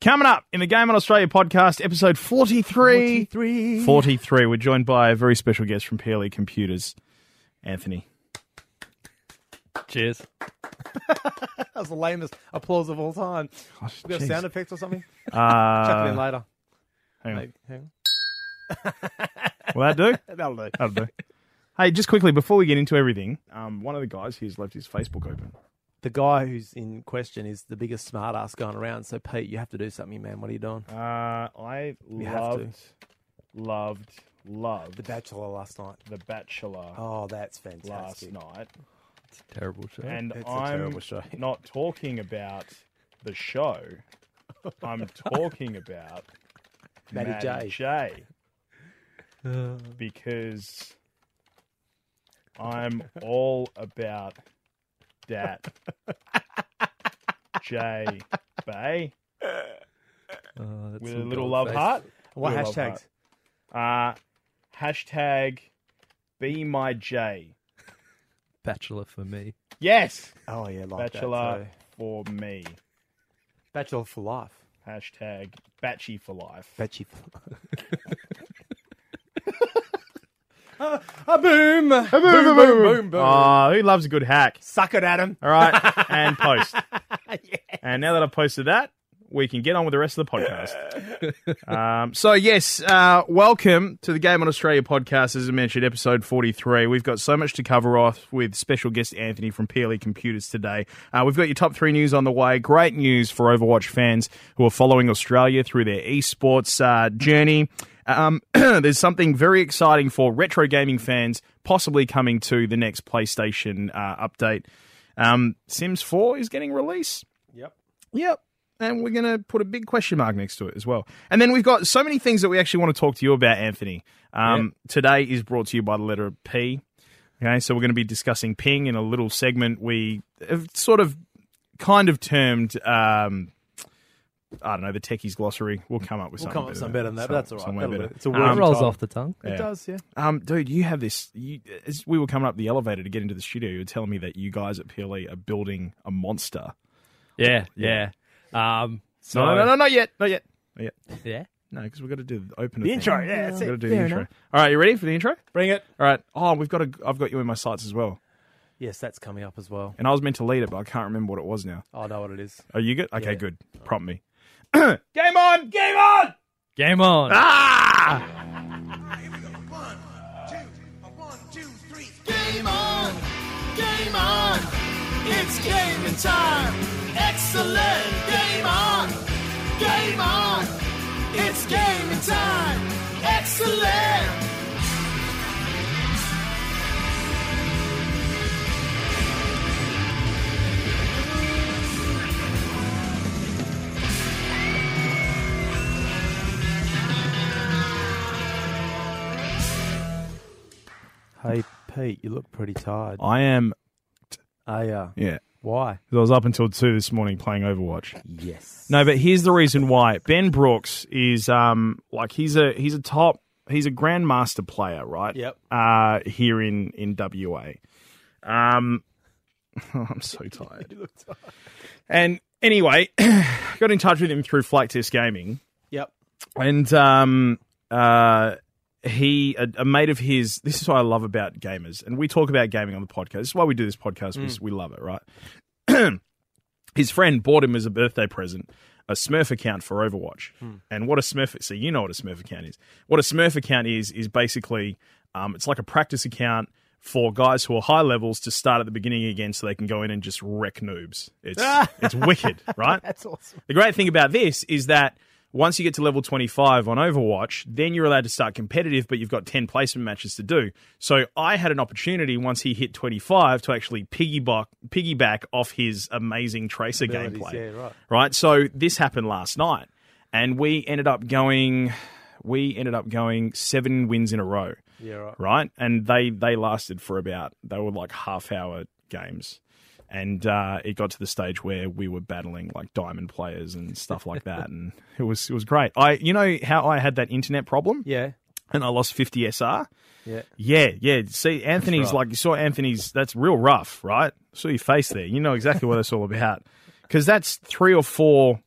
Coming up in the Game on Australia podcast, episode 43. 43. 43. We're joined by a very special guest from PLE Computers, Anthony. Cheers. That was the lamest applause of all time. Gosh, We got jeez. sound effects or something? Chuck it in Uh, later. hang on. Maybe. Hang Will that do? on. That'll do. That'll do. Hey, just quickly before we get into everything, um, one of the guys here's left his Facebook open. The guy who's in question is the biggest smartass going around. So, Pete, you have to do something, man. What are you doing? Uh, I have to. loved, loved, loved The Bachelor last night. The Bachelor Oh, that's last fantastic. night, It's a terrible show. and It's a I'm terrible show. not talking about the show. I'm talking about Matty Maddie J. J. because I'm all about that J Bay Oh, that's with a some little dog love face. heart. What You'll love hashtags? Uh, hashtag be my J. Bachelor for me. Yes, Oh, yeah, like bachelor That, so. for me. Bachelor for life. Hashtag batchy for life. Bachelor for life. A boom. A boom, boom, boom, boom, boom, Oh, who loves a good hack? Suck it, Adam. All right, and post. And now that I've posted that, we can get on with the rest of the podcast. um, so, yes, uh, welcome to the Game on Australia podcast. As I mentioned, episode 43. We've got so much to cover off with special guest Anthony from PLE Computers today. Uh, we've got your top three news on the way. Great news for Overwatch fans who are following Australia through their esports uh, journey. Um, there's something very exciting for retro gaming fans, possibly coming to the next PlayStation uh, update. Um, Sims 4 is getting released. Yep. Yep. And we're going to put a big question mark next to it as well. And then we've got so many things that we actually want to talk to you about, Anthony. Um, Today is brought to you by the letter P. Okay, so we're going to be discussing ping in a little segment we have sort of kind of termed, um, I don't know, the techies glossary. We'll come up with We'll something come up with better something better than that, but that's all right. somewhere That'll better. do. It's a It Um, rolls Tom. off the tongue. Yeah. It does, yeah. Um, dude, you have this. You, as we were coming up the elevator to get into the studio, you were telling me that you guys at PLE are building a monster. Yeah, yeah. Um, so, No, no, no, no, not yet, not yet, not yet. Yeah. No, because we've got to do the opener. The thing. intro, yeah, we've that's got to it. do the Fair intro. enough. All right, you ready for the intro? Bring it. All right. Oh, we've got a. I've got you in my sights as well, Yes, that's coming up as well. and I was meant to lead it, but I can't remember what it was now. I know what it is. Are you good? Okay, Yeah. good. Prompt me. Game on! Game on! Game on. Ah! Here we go. One, two, a one, two, three. Game on! Game on! It's gaming time! Excellent! Game on! Game on! It's gaming time! Excellent! Hey, Pete, you look pretty tired. I am. I, uh, Yeah. why? 'Cause I was up until two this morning playing Overwatch. Yes. No, but here's the reason why. Ben Brooks is um like he's a he's a top he's a grandmaster player, right? Yep. Uh here in in WA. Um I'm so tired. look tired. And anyway, got in touch with him through Flightlist Gaming Yep. and um uh he a, a mate of his this is what i love about gamers and we talk about gaming on the podcast this is why we do this podcast we, Mm. we love it right his friend bought him as a birthday present a smurf account for overwatch Hmm. and what a smurf so you know what a smurf account is what a smurf account is is basically um, it's like a practice account for guys who are high levels to start at the beginning again so they can go in and just wreck noobs it's it's wicked right That's awesome. the great thing about this is that once you get to level 25 on Overwatch, then you're allowed to start competitive, but you've got 10 placement matches to do. So I had an opportunity once he hit 25 to actually piggyback, piggyback off his amazing Tracer Abilities, gameplay. yeah, right. Right. So this happened last night, and we ended up going, we ended up going seven wins in a row Yeah, right. right? And they they lasted for about they were like half hour games, and uh, it got to the stage where we were battling like diamond players and stuff like that, and it was it was great. I you know how I had that internet problem Yeah. and I lost fifty SR. Yeah. Yeah, yeah. See, Anthony's rough. like you saw Anthony's. That's real rough, right? Saw your face there. You know exactly what that's all about because that's three or four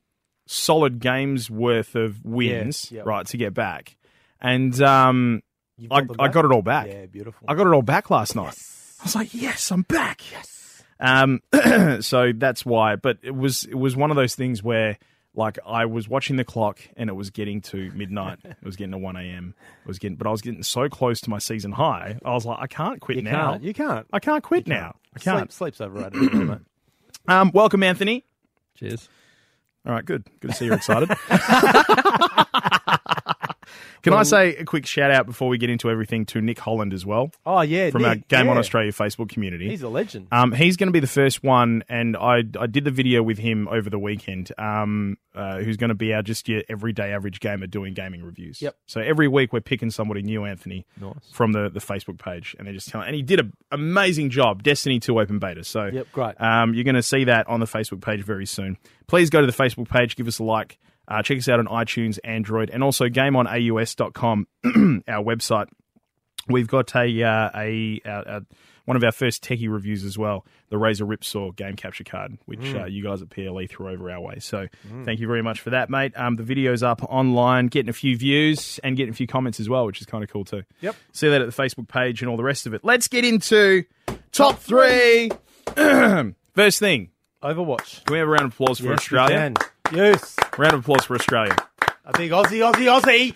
solid games worth of wins, Yeah, yep. right, to get back. And um, I, I got it all back. Yeah, beautiful. I got it all back last night. I was like, yes, I'm back. Yes. Um, so that's why. But it was it was one of those things where like I was watching the clock and it was getting to midnight. it was getting to one a.m. It was getting, but I was getting so close to my season high. I was like, I can't quit You now. can't. You can't. I can't quit now. I can't. Sleep, sleep's overrated. at the moment. Um, welcome, Anthony. Cheers. All right, good. Good to see you're excited. Can I say a quick shout out before we get into everything to Nick Holland as well Oh yeah, from our Nick, Game on yeah. Australia Facebook community? He's a legend. Um, he's going to be the first one, and I I did the video with him over the weekend. Um, uh, who's going to be our just your everyday average gamer doing gaming reviews? Yep. So every week we're picking somebody new, Anthony, Nice. from the, the Facebook page, and they just telling. And he did an amazing job, Destiny Two open beta. So Yep, great. Um, you're going to see that on the Facebook page very soon. Please go to the Facebook page, give us a like, uh, check us out on iTunes, Android, and also gameonaus.com, our website we've got a uh, a, a, a one of our first techie reviews as well, the Razor Rip Saw game capture card, which Mm. uh, you guys at PLE threw over our way. So thank you very much for that, mate. Um, the video's up online, getting a few views and getting a few comments as well, which is kind of cool too. Yep. See that at the Facebook page and all the rest of it. Let's get into top three. first thing, Overwatch can we have a round of applause for Yes, we Australia? can. Yes, Round of applause for Australia. a big Aussie, Aussie, Aussie.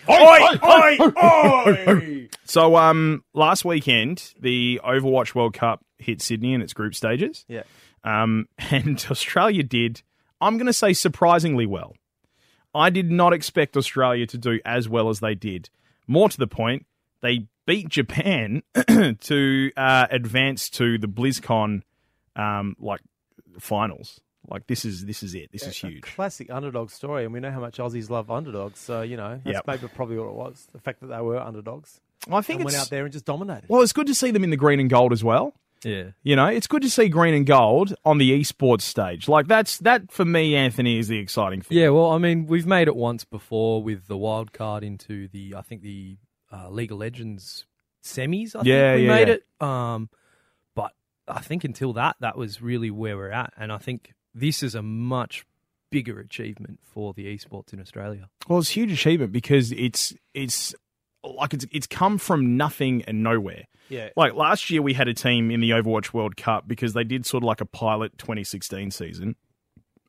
Oi, oi, oi. So, um, last weekend the Overwatch World Cup hit Sydney in its group stages. Yeah, Um, and Australia did, I'm going to say, surprisingly well. I did not expect Australia to do as well as they did. More to the point, they beat Japan to uh, advance to the BlizzCon um, like finals. Like this is this is it. This is huge. classic underdog story, and we know how much Aussies love underdogs. So you know, that's Yep. maybe probably what it was. The fact that they were underdogs I think and went it's out there and just dominated. well, it's good to see them in the green and gold as well. Yeah. You know, it's good to see green and gold on the esports stage. Like that's that for me, Anthony, is the exciting thing. Yeah, well, I mean, we've made it once before with the wild card into the, I think the uh, League of Legends semis. I Yeah, think we yeah, made yeah. it. Um, but I think until that, that was really where we're at, and I think this is a much bigger achievement for the esports in Australia. Well, it's a huge achievement because it's it's like it's it's come from nothing and nowhere. Yeah, Like last year, we had a team in the Overwatch World Cup because they did sort of like a pilot 2016 season.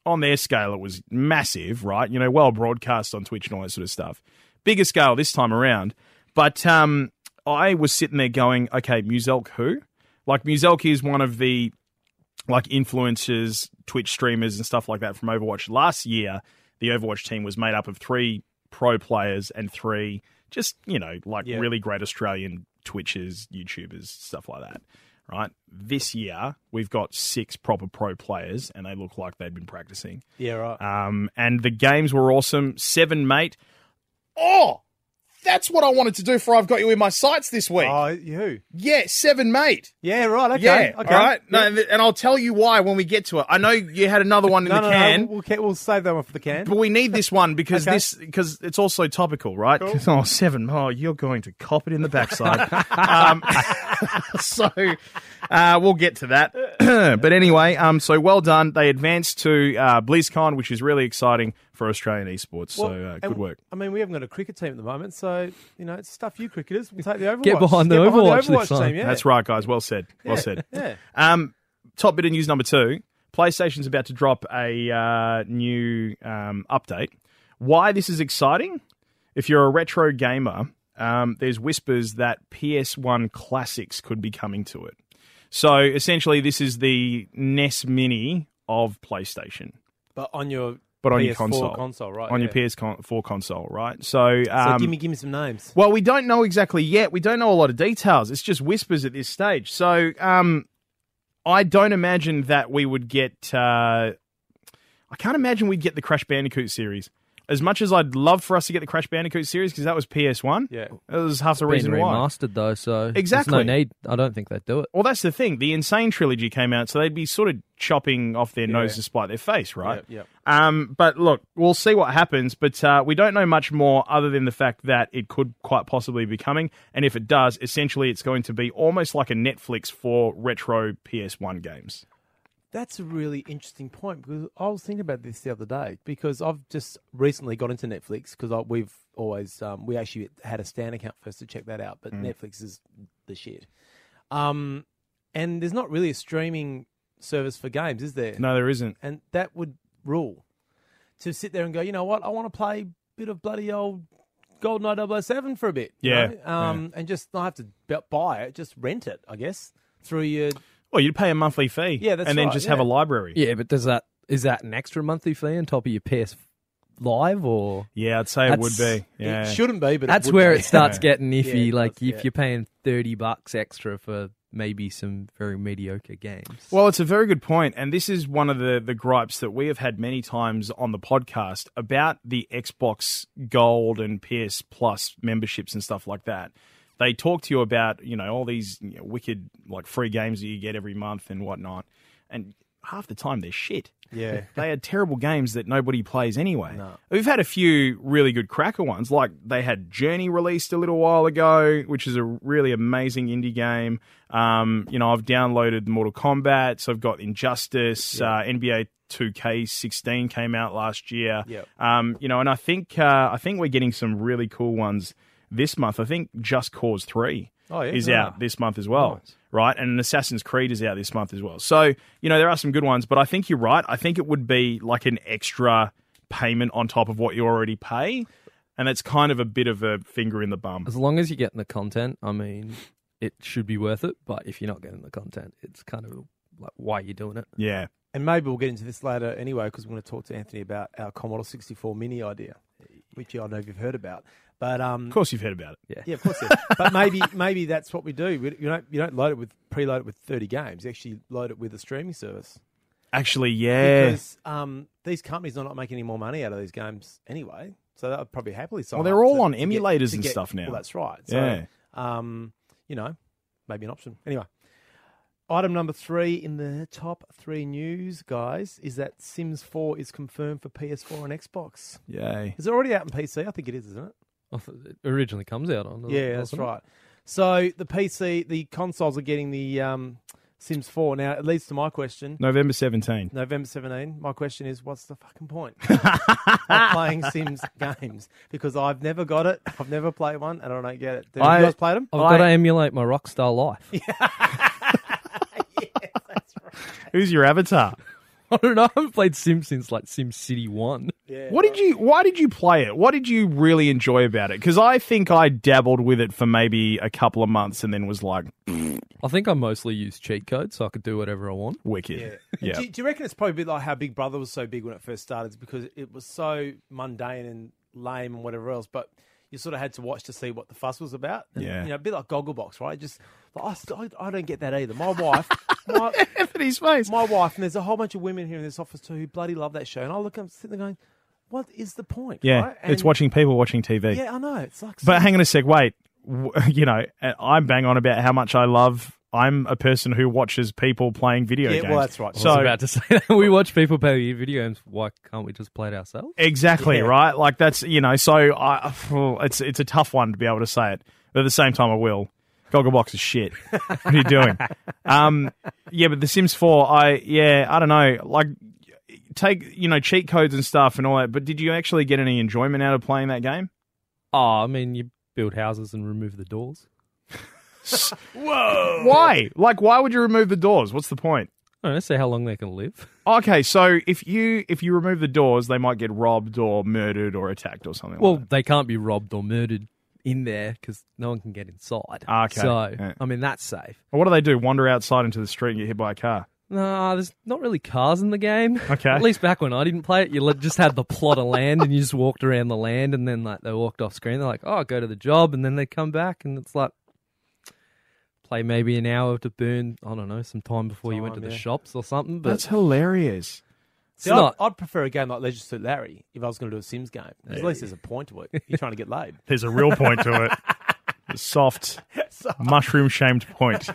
On their scale, it was massive, right? You know, well broadcast on Twitch and all that sort of stuff. Bigger scale this time around. But um, I was sitting there going, okay, Muzelk who? Like, Muzelk is one of the like influencers, Twitch streamers, and stuff like that from Overwatch. Last year, the Overwatch team was made up of three pro players and three just, you know, like Yeah. really great Australian Twitchers, YouTubers, stuff like that. Right. This year, we've got six proper pro players, and they look like they've been practicing. yeah, right. Um, and the games were awesome. Seven, mate. Oh, that's what I wanted to do for I've Got You in My Sights this week. Oh, who? yeah, seven, mate. Yeah, right. Okay, Yeah. okay. All right. No, th- and I'll tell you why when we get to it. I know you had another one in no, the no, can, uh, no. We'll, we'll, we'll save that one for the can. but we need this one because Okay. this because it's also topical, right? Oh, seven. Oh, you're going to cop it in the backside. um, so uh, we'll get to that. but anyway, um, so well done. They advanced to uh, BlizzCon, which is really exciting for Australian esports. Well, so uh, and good work. I mean, we haven't got a cricket team at the moment, so you know, stuff you cricketers. We'll take the Overwatch. Get behind the Overwatch this time. team. Yeah, That's right, guys. Well said. Well Yeah, said. Yeah. Um, top bit of news number two: PlayStation's about to drop a uh, new um, update. Why this is exciting? If you're a retro gamer, um, there's whispers that PS1 classics could be coming to it. So essentially, this is the NES Mini of PlayStation, But on your but on PS4 your console, console, right? on yeah. your PS4 console, right? So, So um, give me give me some names. well, we don't know exactly yet. We don't know a lot of details. It's just whispers at this stage. So, um, I don't imagine that we would get. Uh, I can't imagine we'd get the Crash Bandicoot series. As much as I'd love for us to get the Crash Bandicoot series because that was PS One. Yeah. that was half the Being reason why. remastered though, so there's Exactly. no need. I don't think they'd do it. Well, that's the thing. The Insane trilogy came out, so they'd be sort of chopping off their nose to spite their face, right? Yep, Um, but look, we'll see what happens. But uh, we don't know much more other than the fact that it could quite possibly be coming. And if it does, essentially, it's going to be almost like a Netflix for retro PS1 games. That's a really interesting point because I was thinking about this the other day because I've just recently got into Netflix because we've always um, we actually had a Stan account first to check that out, but Mm. Netflix is the shit. Um, and there's not really a streaming service for games, is there? No, there isn't. and that would rule. To sit there and go, you know what, I want to play a bit of bloody old GoldenEye 007 for a bit. you Yeah, know? Um, And just not have to b- buy it, just rent it, I guess, through your. Well, you'd pay a monthly fee. Yeah, that's And then right, just have a yeah. library. Yeah, but does that is that an extra monthly fee on top of your PS Live or Yeah, I'd say it would That's- be. Yeah. It shouldn't be, but that's it would where be. it starts getting iffy. Yeah, it like does, if yeah. you're paying thirty bucks extra for maybe some very mediocre games. Well, it's a very good point, and this is one of the, the gripes that we have had many times on the podcast about the Xbox Gold and PS Plus memberships and stuff like that. They talk to you about you know all these you know, wicked like free games that you get every month and whatnot, and half the time they're shit. Yeah. they had terrible games that nobody plays anyway. We've had a few really good cracker ones, like they had Journey released a little while ago, which is a really amazing indie game. Um, you know, I've downloaded Mortal Kombat, so I've got Injustice, uh, NBA 2K16 came out last year. Yep. Um, you know, and I think uh, I think we're getting some really cool ones this month. I think Just Cause Three Oh, yeah. is out this month as well, right? And an Assassin's Creed is out this month as well. So you know there are some good ones, but I think you're right. I think it would be like an extra payment on top of what you already pay, and it's kind of a bit of a finger in the bum. as long as you're getting the content, I mean, it should be worth it. But if you're not getting the content, it's kind of like why you're doing it. Yeah, And maybe we'll get into this later anyway, because we're going to talk to Anthony about our Commodore 64 Mini idea, which I don't know if you've heard about. But um, of course you've heard about it. Yeah, of course. Yeah. but maybe maybe that's what we do. We, you don't you don't load it with preload it with thirty games. You actually load it with a streaming service Actually, yeah. because um, these companies are not making any more money out of these games anyway. So that would probably happily sign. Well, they're up all to- on to get- emulators to and get- stuff now. Well, that's right. So, Yeah. Um, you know, maybe an option. Anyway, item number three in the top three news, guys, is that Sims Four is confirmed for PS4 and Xbox. Yay. Is it already out on PC? I think it is, isn't it? I thought It originally comes out on. Yeah, that's wasn't it? right. So the PC, the consoles are getting the um, Sims 4. Now, it leads to my question. November 17. November 17, my question is, what's the fucking point of playing Sims games? Because I've never got it, I've never played one, and I don't get it. Have I- you guys played them? I've got to emulate my rockstar life. Who's your avatar? I don't know. I haven't played Sims since like Sim City One. What did you? Why did you play it? What did you really enjoy about it? Because I think I dabbled with it for maybe a couple of months and then was like, I think I mostly use cheat codes, so I could do whatever I want. wicked. Yeah, Do, do you reckon it's probably a bit like how Big Brother was so big when it first started? It's because it was so mundane and lame and whatever else, but you sort of had to watch to see what the fuss was about. And, Yeah. You know, a bit like Gogglebox, right? Just, like, I, st- I don't get that either. My wife, my, Anthony's face. my wife, and there's a whole bunch of women here in this office too who bloody love that show. And I look, I'm sitting there going, what is the point? Yeah, right? it's And- watching people watching TV. Yeah, I know. It's like, But hang on a sec, wait. W- You know, I bang on about how much I love. I'm a person who watches people playing video Yeah, games. well, that's right. I was So I was about to say that we watch people play video games. Why can't we just play it ourselves? exactly Yeah. right. Like that's you know. So I, it's it's a tough one to be able to say it, but at the same time, I will. Gogglebox is shit. what are you doing? Um, yeah, but The Sims Four, I yeah, I don't know. Like take you know cheat codes and stuff and all that. But did you actually get any enjoyment out of playing that game? Oh, I mean, you build houses and remove the doors. whoa. Why? Like, why would you remove the doors? What's the point? I don't know, see how long they can live. Okay, so if you if you remove the doors, they might get robbed or murdered or attacked or something. Well, like they can't be robbed or murdered in there because no one can get inside. Okay. So, Yeah. I mean, that's safe. that. what do they do? Wander outside into the street and get hit by a car? Nah, there's not really cars in the game. Okay. At least back when I didn't play it, you li- just had the plot of land and you just walked around the land and then like they walked off screen. They're like, oh, go to the job. And then they come back and it's like, play maybe an hour to burn, I don't know, some time before you went to Time, the yeah. shops or something. But That's hilarious. it's See, I'd, not. I'd prefer a game like Leisure Suit Larry if I was going to do a Sims game. 'Cause At least there's a point to it. You're trying to get laid. There's a real point to it. A soft, mushroom shamed point,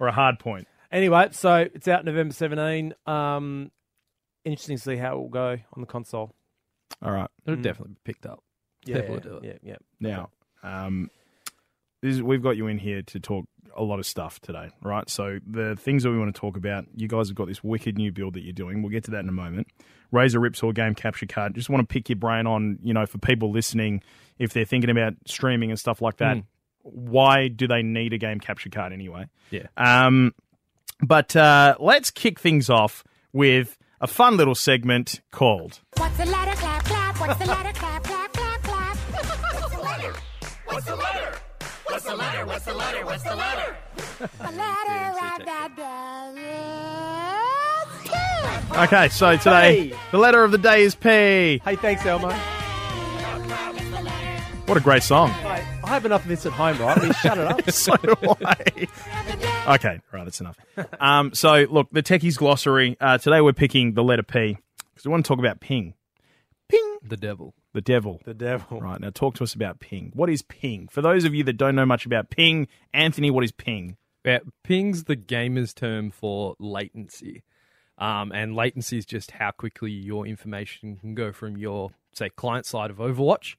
or a hard point. Anyway, so it's out November 17. Um, interesting to see how it will go on the console. All right, It'll definitely be picked up. Yeah, People will do it. yeah, yeah. now um, this is, we've got you in here to talk a lot of stuff today, right? So the things that we want to talk about, you guys have got this wicked new build that you're doing. We'll get to that in a moment. Razor Ripsaw game capture card. Just want to pick your brain on, you know, for people listening, if they're thinking about streaming and stuff like that, why do they need a game capture card anyway? Yeah. Uh, Um, but uh, let's kick things off with a fun little segment called What's the letter? Clap, clap. What's the letter? Clap, clap, clap, clap. What's the letter? What's the letter? What's the letter? What's the letter? What's the letter? The letter of the bell is P. Okay, so today Hey. the letter of the day is P. Hey, thanks, Elmo. What a great song. Mate, I have enough of this at home, right? I mean, shut it up. so do I. okay, right, that's enough. Um, so look, the Techies Glossary. Uh, today we're picking the letter P because we want to talk about ping, The devil. the devil. The devil. Right now, talk to us about ping. What is ping? For those of you that don't know much about ping, Anthony, what is ping? Yeah, ping's the gamer's term for latency. Um, and latency is just how quickly your information can go from your, say, client side of Overwatch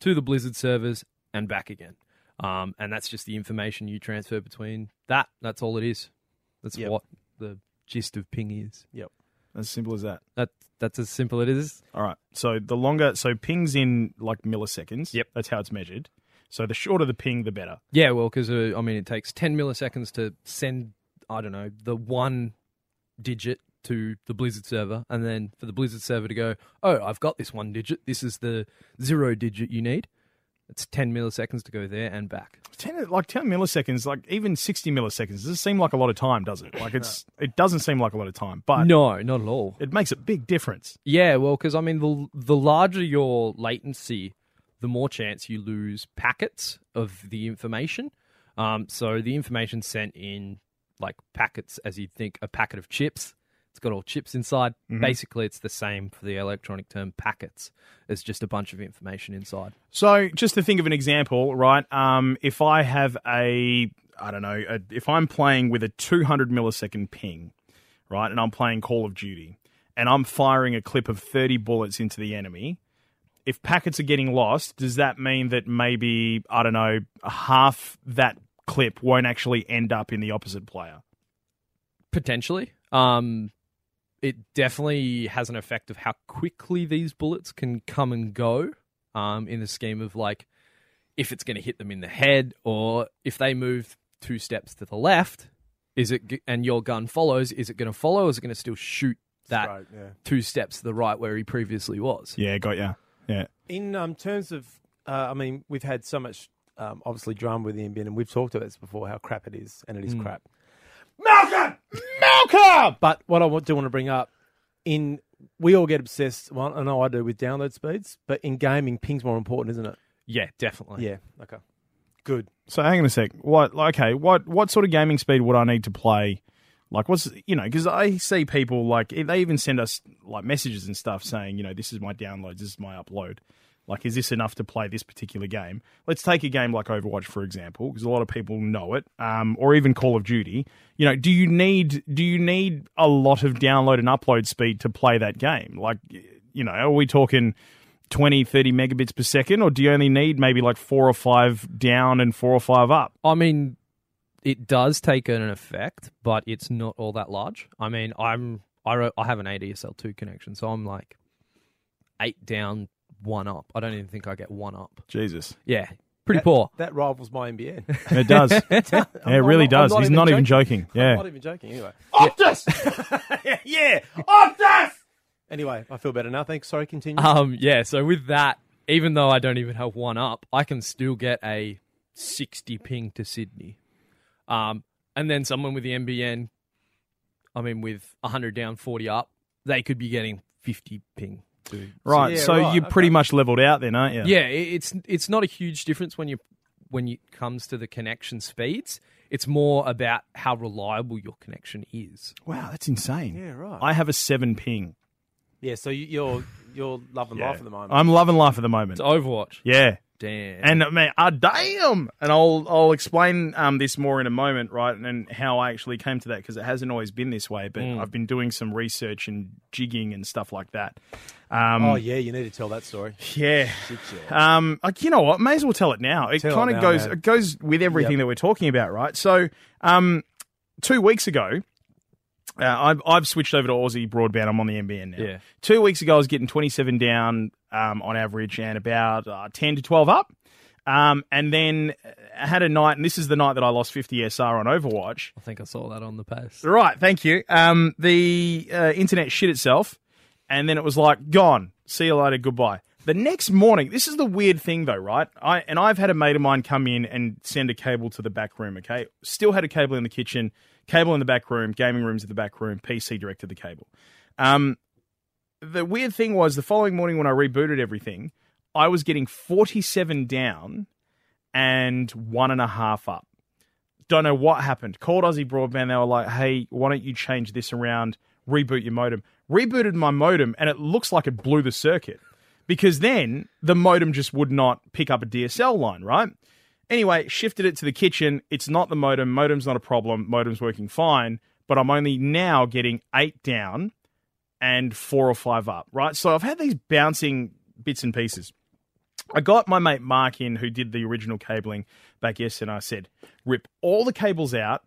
to the Blizzard servers and back again. Um, and that's just the information you transfer between that. That's all it is. That's Yep. what the gist of ping is. As simple as that. That That's as simple as it is. All right. So the longer, so ping's in like milliseconds. Yep. That's how it's measured. So the shorter the ping, the better. Yeah, well, because, uh, I mean, it takes 10 milliseconds to send, I don't know, the one digit to the Blizzard server, and then for the Blizzard server to go, oh, I've got this one digit. This is the zero digit you need. It's 10 milliseconds to go there and back. Ten, like ten milliseconds, like even sixty milliseconds, doesn't seem like a lot of time, does it? Like it's, it doesn't seem like a lot of time, but no, not at all. it makes a big difference. Yeah, well, because I mean, the the larger your latency, the more chance you lose packets of the information. Um, so the information sent in like packets, as you'd think, a packet of chips. It's got all chips inside. Basically, it's the same for the electronic term packets. It's just a bunch of information inside. So, just to think of an example, right? Um, if I have a, I don't know, a, if I'm playing with a 200 millisecond ping, right, and I'm playing Call of Duty, and I'm firing a clip of 30 bullets into the enemy, if packets are getting lost, does that mean that maybe, I don't know, half that clip won't actually end up in the opposite player? Potentially, um, it definitely has an effect of how quickly these bullets can come and go. um, in the scheme of like if it's going to hit them in the head or if they move two steps to the left, is it g- and your gun follows? Is it going to follow? Or is it going to still shoot that Right, yeah. two steps to the right where he previously was? Yeah, got ya. Yeah. In um, terms of, uh, I mean, we've had so much um, obviously drama with the NBN, and we've talked about this before how crap it is, and it Mm. is crap. Malcolm! Malcolm! But what I wa- do want to bring up in we all get obsessed. Well, I know I do with download speeds, but in gaming, ping's more important, isn't it? Yeah, definitely. Yeah. Okay. Good. So hang on a sec. What? like, Okay. What? What sort of gaming speed would I need to play? Like, what's you know? Because I see people like they even send us like messages and stuff saying, you know, this is my downloads, this is my upload. Like, is this enough to play this particular game? Let's take a game like Overwatch for example, because a lot of people know it, um, or even Call of Duty. You know, do you need do you need a lot of download and upload speed to play that game? Like, you know, are we talking? 20, 30 megabits per second, or do you only need maybe like four or five down and four or five up? I mean, it does take an effect, but it's not all that large. I mean, I'm I wrote, I have an ADSL two connection, so I'm like eight down, one up. I don't even think I get one up. Jesus. Yeah, pretty poor. That rivals my NBN. It does. yeah, it really not- I'm does. He's not even joking. I'm Yeah. not even joking. Anyway. yeah. Optus! Anyway, I feel better now. Thanks. Sorry. Continue. Uh-huh. Um, yeah, so with that, even though I don't even have one up, I can still get a 60 ping to Sydney. Um, and then someone with the MBN, I mean, with 100 down, 40 up, they could be getting 50 ping. To Right. Yeah, So right, you're pretty okay. much leveled out then, aren't you? yeah, i- it's it's not a huge difference when you when it comes to the connection speeds. It's more about how reliable your connection is. Wow, that's insane. Yeah, right. I have a seven ping. yeah. So you, you're you're loving life at the moment. I'm loving life at the moment. It's Overwatch. Yeah. damn. And man, ah, damn! And I'll I'll explain um, this more in a moment, right? And, and how I actually came to that because it hasn't always been this way. Mm. But I've been doing some research and jigging and stuff like that. Um, Oh yeah, you need to tell that story. yeah. Um, like you know what? May as well tell it now. It Tell it kind now, of goes man. it goes with everything Yep. that we're talking about, right? So, um, two weeks ago, uh, I've I've switched over to Aussie broadband. I'm on the NBN now. Yeah. Two weeks ago, I was getting 27 down um, on average and about uh, 10 to 12 up. Um, and then I had a night, and this is the night that I lost 50 SR on Overwatch. I think I saw that on the post. Right, thank you. Um, the uh, internet shit itself, and then it was like gone. See you later, goodbye. The next morning, this is the weird thing though, right? I and I've had a mate of mine come in and send a cable to the back room. Okay, still had a cable in the kitchen, cable in the back room, gaming rooms in the back room, PC directed the cable. Um, the weird thing was the following morning when I rebooted everything, I was getting forty-seven down and one and a half up don't know what happened. Called Aussie Broadband. They were like, hey, why don't you change this around? Reboot your modem. Rebooted my modem, and it looks like it blew the circuit because then the modem just would not pick up a DSL line, right? Anyway, shifted it to the kitchen. It's not the modem. Modem's not a problem. Modem's working fine, but I'm only now getting eight down and four or five up, right? So I've had these bouncing bits and pieces. I got my mate Mark in, who did the original cabling back yesterday, and I said, rip all the cables out,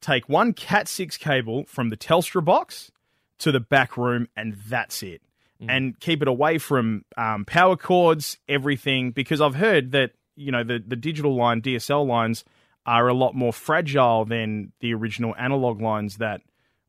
take one Cat 6 cable from the Telstra box to the back room, and that's it. Mm. And keep it away from um, power cords, everything, because I've heard that, you know, the, the digital line, DSL lines, are a lot more fragile than the original analog lines that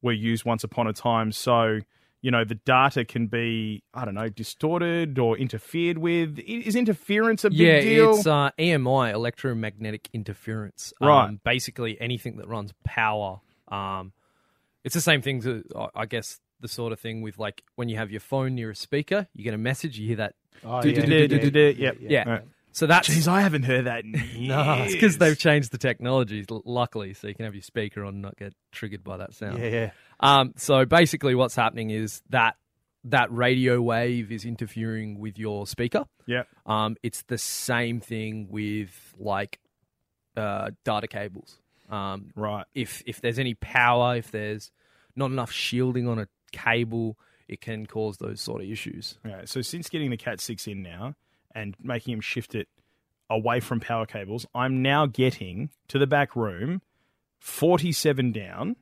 were used once upon a time. So, you know, the data can be, I don't know, distorted or interfered with. I- Is interference a big yeah, deal? it's uh, EMI, electromagnetic interference. Right. Um, basically, anything that runs power. Um, it's the same thing to, I- I guess, the sort of thing with like when you have your phone near a speaker, you get a message, you hear that. Oh, Du- du- du- du- du- du- Yep. Yeah. Right. So that's Jeez, I haven't heard that. in It's years. because they've changed the technology, l- luckily, so you can have your speaker on and not get triggered by that sound. yeah, yeah. Um, so basically, what's happening is that that radio wave is interfering with your speaker. Yeah. Um, it's the same thing with like uh, data cables. Um, Right. if if there's any power, if there's not enough shielding on a cable, it can cause those sort of issues. Okay, so since getting the Cat 6 in now and making him shift it away from power cables, I'm now getting to the back room 47 down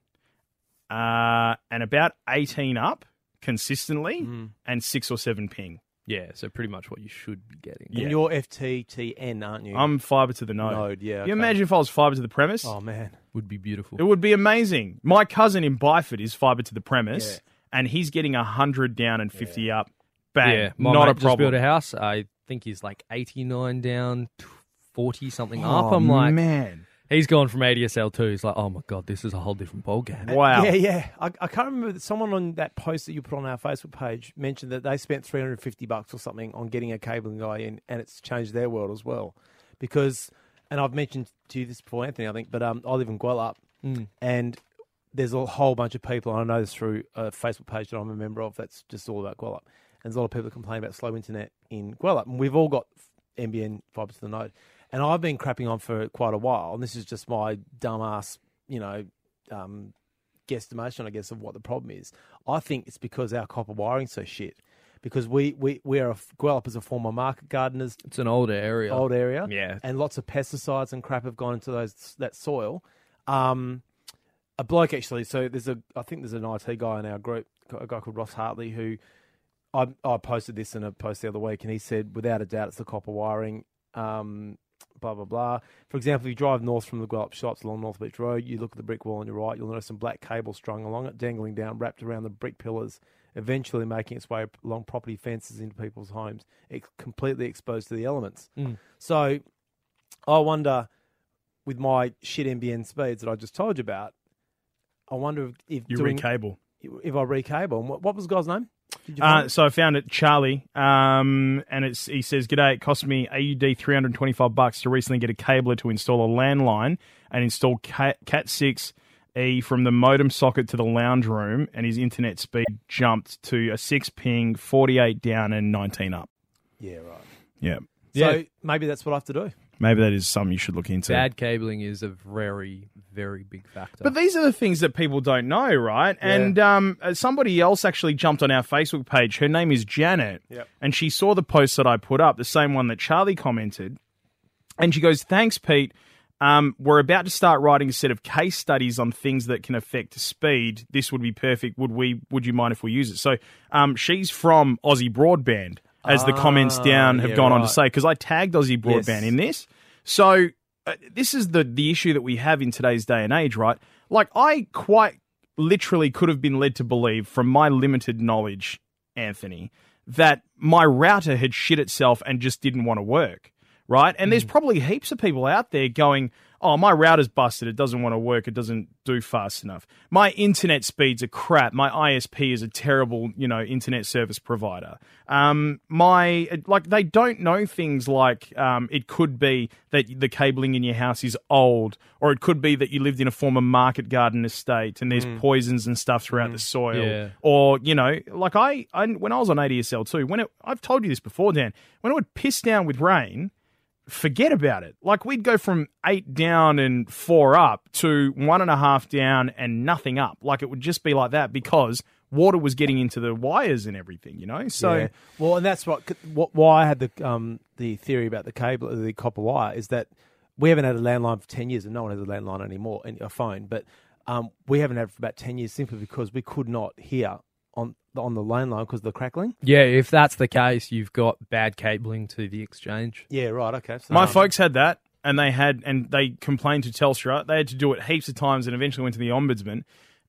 uh, and about 18 up consistently Hmm. and six or seven ping. Yeah. So pretty much what you should be getting. Yeah. And you're FTTN, aren't you? I'm fiber to the node. Node, yeah, okay. You imagine if I was fiber to the premise? Oh man, would be beautiful. It would be amazing. My cousin in Byford is fiber to the premise and he's getting 100 down and 50 up. Bang. yeah, my not mate a Just built problem. a house. I think he's like eighty nine down, t- forty something up. Oh, I'm like, man. he's gone from ADSL two. He's like, oh my god, this is a whole different ball game. Wow. Yeah, yeah. I, I can't remember. that Someone on that post that you put on our Facebook page mentioned that they spent 350 bucks or something on getting a cabling guy in, and it's changed their world as well. Because, and I've mentioned to you this before, Anthony, I think, but um, I live in Guelph, and there's a whole bunch of people, and I know this through a Facebook page that I'm a member of that's just all about Guelph. And there's a lot of people that complain about slow internet in Guelph, and we've all got NBN fiber to the node. And I've been crapping on for quite a while, and this is just my dumbass, you know, um, guesstimation, I guess, of what the problem is. I think it's because our copper wiring's so shit. Because we we we are a, Guelph is a former market gardeners It's an older area. Oh, old area, Yeah. and lots of pesticides and crap have gone into those that soil. Um, a bloke actually. So there's a I think there's an IT guy in our group, a guy called Ross Hartley, who I I posted this in a post the other week, and he said without a doubt it's the copper wiring. Um, blah blah blah. For example, if you drive north from the Guelph shops along North Beach Road, you look at the brick wall on your right, you'll notice some black cable strung along it, dangling down, wrapped around the brick pillars, eventually making its way along property fences into people's homes, ex- completely exposed to the elements. Mm. So I wonder, with my shit NBN speeds that I just told you about, I wonder if, if You doing, recable. if I recable. And what, what was the guy's name? Did you find Uh, it? so I found it, Charlie, um, and it's he says, "G'day, it cost me AUD three hundred twenty-five bucks to recently get a cabler to install a landline and install Cat, Cat six E from the modem socket to the lounge room, and his internet speed jumped to a six ping, forty-eight down, and nineteen up." yeah, right. Yeah, Yeah. So maybe that's what I have to do. Maybe that is something you should look into. Bad cabling is a very, very big factor. But these are the things that people don't know, right? And um, uh, somebody else actually jumped on our Facebook page. Her name is Janet. Yep. And she saw the post that I put up, the same one that Charlie commented. And she goes, Thanks, Pete. Um, we're about to start writing a set of case studies on things that can affect speed. This would be perfect. Would we? Would you mind if we use it? So um, she's from Aussie Broadband, as the comments Ah, down have yeah, gone on to right. say, because I tagged Aussie Broadband Yes. in this. So uh, this is the the issue that we have in today's day and age, right? Like I quite literally could have been led to believe from my limited knowledge, Anthony, that my router had shit itself and just didn't want to work, right? And there's probably heaps of people out there going, "Oh, my router's busted. It doesn't want to work. It doesn't do fast enough. My internet speeds are crap. My ISP is a terrible, you know, internet service provider. Um, my like they don't know things like um, it could be that the cabling in your house is old, or it could be that you lived in a former market garden estate and there's poisons and stuff throughout the soil, Yeah. or you know, like I, I when I was on ADSL too, when it, I've told you this before, Dan, when it would piss down with rain forget about it. Like we'd go from eight down and four up to one and a half down and nothing up. Like it would just be like that because water was getting into the wires and everything, you know? So Yeah. well, and that's what, what why I had the um the theory about the cable, the copper wire, is that we haven't had a landline for ten years, and no one has a landline anymore, and a phone, but um we haven't had it for about ten years simply because we could not hear on on the landline because of the crackling. yeah, if that's the case, you've got bad cabling to the exchange. Yeah, right. Okay. So, my um, folks had that and they had, and they complained to Telstra. They had to do it heaps of times and eventually went to the ombudsman.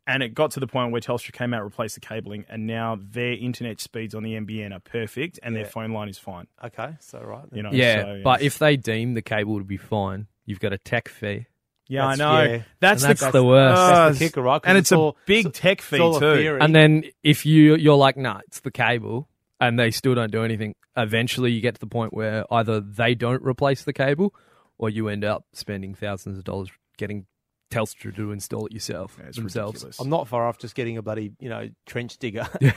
And it got to the point where Telstra came out, replaced the cabling, and now their internet speeds on the NBN are perfect and their phone line is fine. Okay. So right. You know, Yeah, so, but if they deem the cable to be fine, you've got a tech fee. yeah, I that's- know yeah. that's, And that's the, the worst. Oh, That's the kicker, right? 'Cause And it's, it's all- a big it's- tech fee it's all a too. theory. And then if you you're like, nah, it's the cable, and they still don't do anything. Eventually, you get to the point where either they don't replace the cable, or you end up spending thousands of dollars getting Telstra to install it yourself Yeah, it's themselves. ridiculous. I'm not far off just getting a bloody you know trench digger.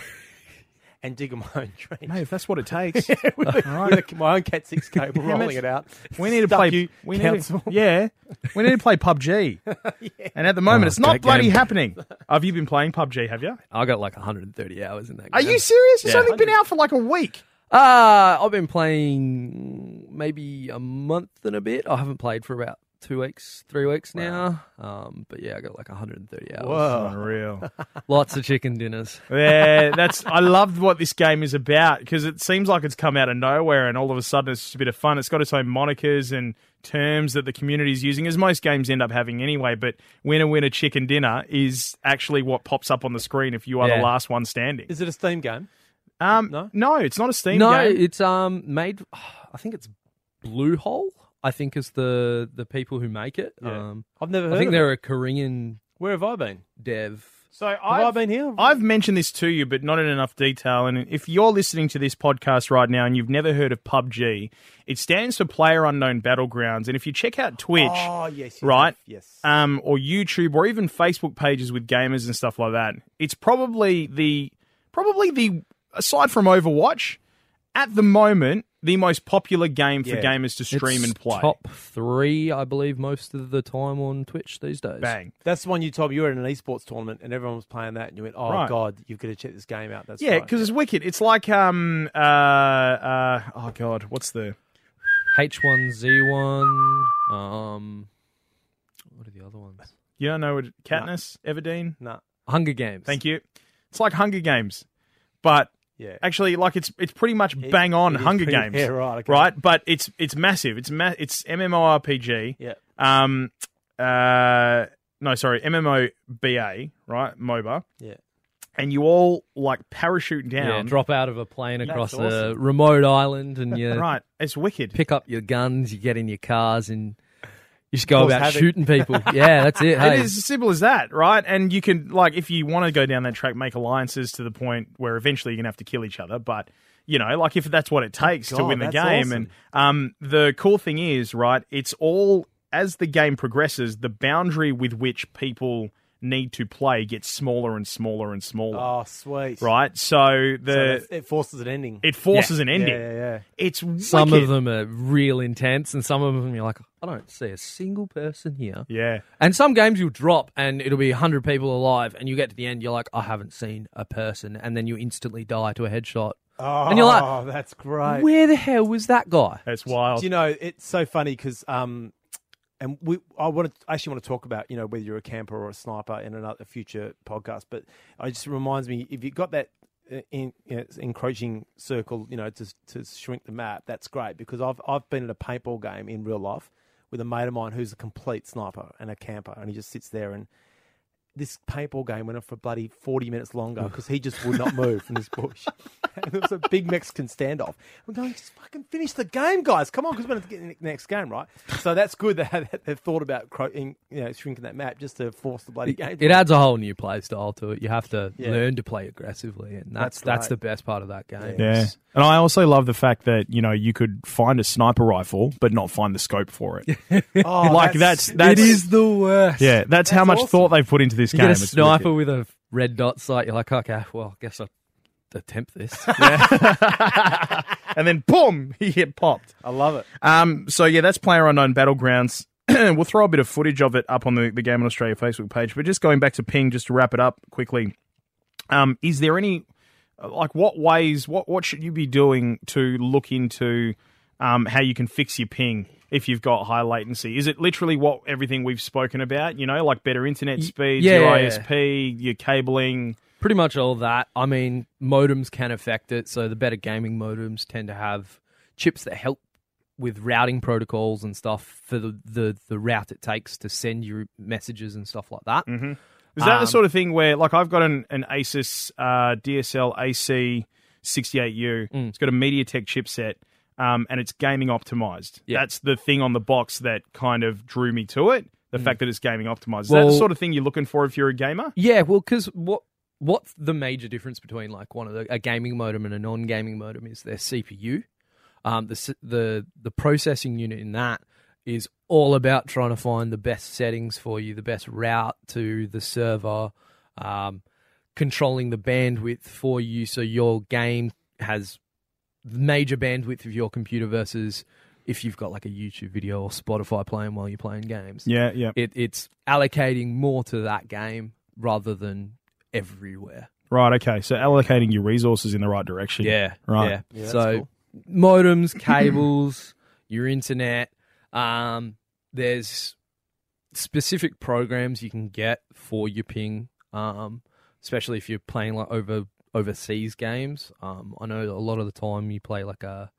And digging my own trench. Mate, if that's what it takes, with, with a- my own Cat Six cable, rolling it out. we need to Stuck play. You, we need to, council. yeah, we need to play PUBG. And at the moment, Oh, it's not great bloody game. happening. Have you been playing PUBG? Have you? I got like 130 hours in that. Are game. you serious? It's Yeah. only been out for like a week. Uh, I've been playing maybe a month and a bit. I haven't played for about two weeks, three weeks now. Um, but yeah, I got like 130 hours. Unreal. Lots of chicken dinners. yeah, that's. I love what this game is about because it seems like it's come out of nowhere, and all of a sudden it's just a bit of fun. It's got its own monikers and terms that the community is using, as most games end up having anyway. But winner, winner, chicken dinner is actually what pops up on the screen if you are the Yeah. last one standing. Is it a Steam game? Um, no? No? it's not a Steam no, game. it's um made. I think it's Bluehole. I think is the the people who make it. Yeah. Um, I've never heard. I think of they're it. a Korean Where have I been? dev. So Have i I've, been here? I've mentioned this to you, but not in enough detail. And if you're listening to this podcast right now and you've never heard of PUBG, it stands for Player Unknown Battlegrounds. And if you check out Twitch, oh yes, yes, right? Yes. um, or YouTube or even Facebook pages with gamers and stuff like that. It's probably the probably the aside from Overwatch, at the moment, the most popular game for Yeah. gamers to stream It's and play. Top three, I believe, most of the time on Twitch these days. Bang. That's the one you told me you were in an esports tournament and everyone was playing that, and you went, "Oh Right. God, you've got to check this game out." That's Yeah, right. because it's wicked. It's like um uh uh oh god, what's the H1Z1. Um, what are the other ones? you don't know what Katniss Everdeen? nah, Hunger Games. Thank you. It's like Hunger Games, but yeah. actually, like it's it's pretty much bang on it is Hunger pretty- Games. yeah, right, okay. Right, but it's it's massive. It's ma- it's MMORPG. yeah. Um, uh, no, sorry, MMOBA. Right, MOBA. Yeah. And you all like parachute down. Yeah, drop out of a plane across a awesome. remote island and you Right, it's wicked. pick up your guns, you get in your cars and you just go Cause about havoc. shooting people. yeah, that's it. It Hey. is as simple as that, right? And you can like if you want to go down that track, make alliances to the point where eventually you're gonna have to kill each other. But you know, like if that's what it takes to Oh, God, win the that's game, and um, the cool thing is, right? It's all as the game progresses, the boundary with which people need to play gets smaller and smaller and smaller. Oh, sweet. Right? So So the that's- it forces an ending. it forces Yeah. an ending. Yeah, yeah, yeah. It's wicked. Some of them are real intense, and some of them you're like, I don't see a single person here. Yeah. And some games you'll drop and it'll be 100 people alive, and you get to the end, you're like, I haven't seen a person, and then you instantly die to a headshot. Oh, And you're like, that's great. Where the hell was that guy? That's wild. Do you know, it's so funny because, um, and we, I want to I actually want to talk about, you know, whether you're a camper or a sniper in another future podcast. But it just reminds me if you got that uh, in, you know, encroaching circle, you know, to to shrink the map, that's great because I've I've been at a paintball game in real life with a mate of mine who's a complete sniper and a camper, and he just sits there and. This paintball game went on for bloody 40 minutes longer because he just would not move from this bush. and it was a big Mexican standoff. I'm going, just fucking finish the game, guys. Come on, because we're going to get in the next game, right? So that's good that they- they've thought about cro- in- you know, shrinking that map just to force the bloody game. It adds a whole new play style to it. You have to Yeah. learn to play aggressively, and that's That's that's, right. the best part of that game. yeah. And I also love the fact that, you know, you could find a sniper rifle but not find the scope for it. Oh, like that's that's It is the worst. Yeah, that's, how That's much awesome. thought they've put into this You game. get a It's sniper wicked. with a red dot sight. You're like, okay, well, I guess I'll attempt this. and then boom, he get popped. I love it. Um, so yeah, that's Player Unknown Battlegrounds. we'll throw a bit of footage of it up on the, the Game on Australia Facebook page. But just going back to ping, just to wrap it up quickly. Um, is there any uh, like what ways what what should you be doing to look into um, how you can fix your ping if you've got high latency? Is it literally what everything we've spoken about? You know, like better internet speeds, your yeah. ISP, your cabling. Pretty much all that. I mean, modems can affect it. So the better gaming modems tend to have chips that help with routing protocols and stuff for the, the, the route it takes to send your messages and stuff like that. Is that the Um, sort of thing where, like, I've got an, an Asus uh, DSL AC 68U. Mm. It's got a MediaTek chipset, um, and it's gaming optimized. Yeah. That's the thing on the box that kind of drew me to it. The fact that it's gaming optimized. Is that the Mm. Well- sort of thing you're looking for if you're a gamer? Yeah, well, because what what's the major difference between like one of the, a gaming modem and a non-gaming modem is their CPU. Um, the s- the the processing unit in that is all about trying to find the best settings for you, the best route to the server, um, controlling the bandwidth for you, so your game has major bandwidth of your computer versus if you've got like a YouTube video or Spotify playing while you're playing games Yeah, yeah. it, it's allocating more to that game rather than everywhere. Right, okay. So allocating your resources in the right direction. Right. Yeah. Yeah, that's so modems, cables, your internet. Um, there's specific programs you can get for your ping, um, especially if you're playing like over overseas games. Um, I know a lot of the time you play like a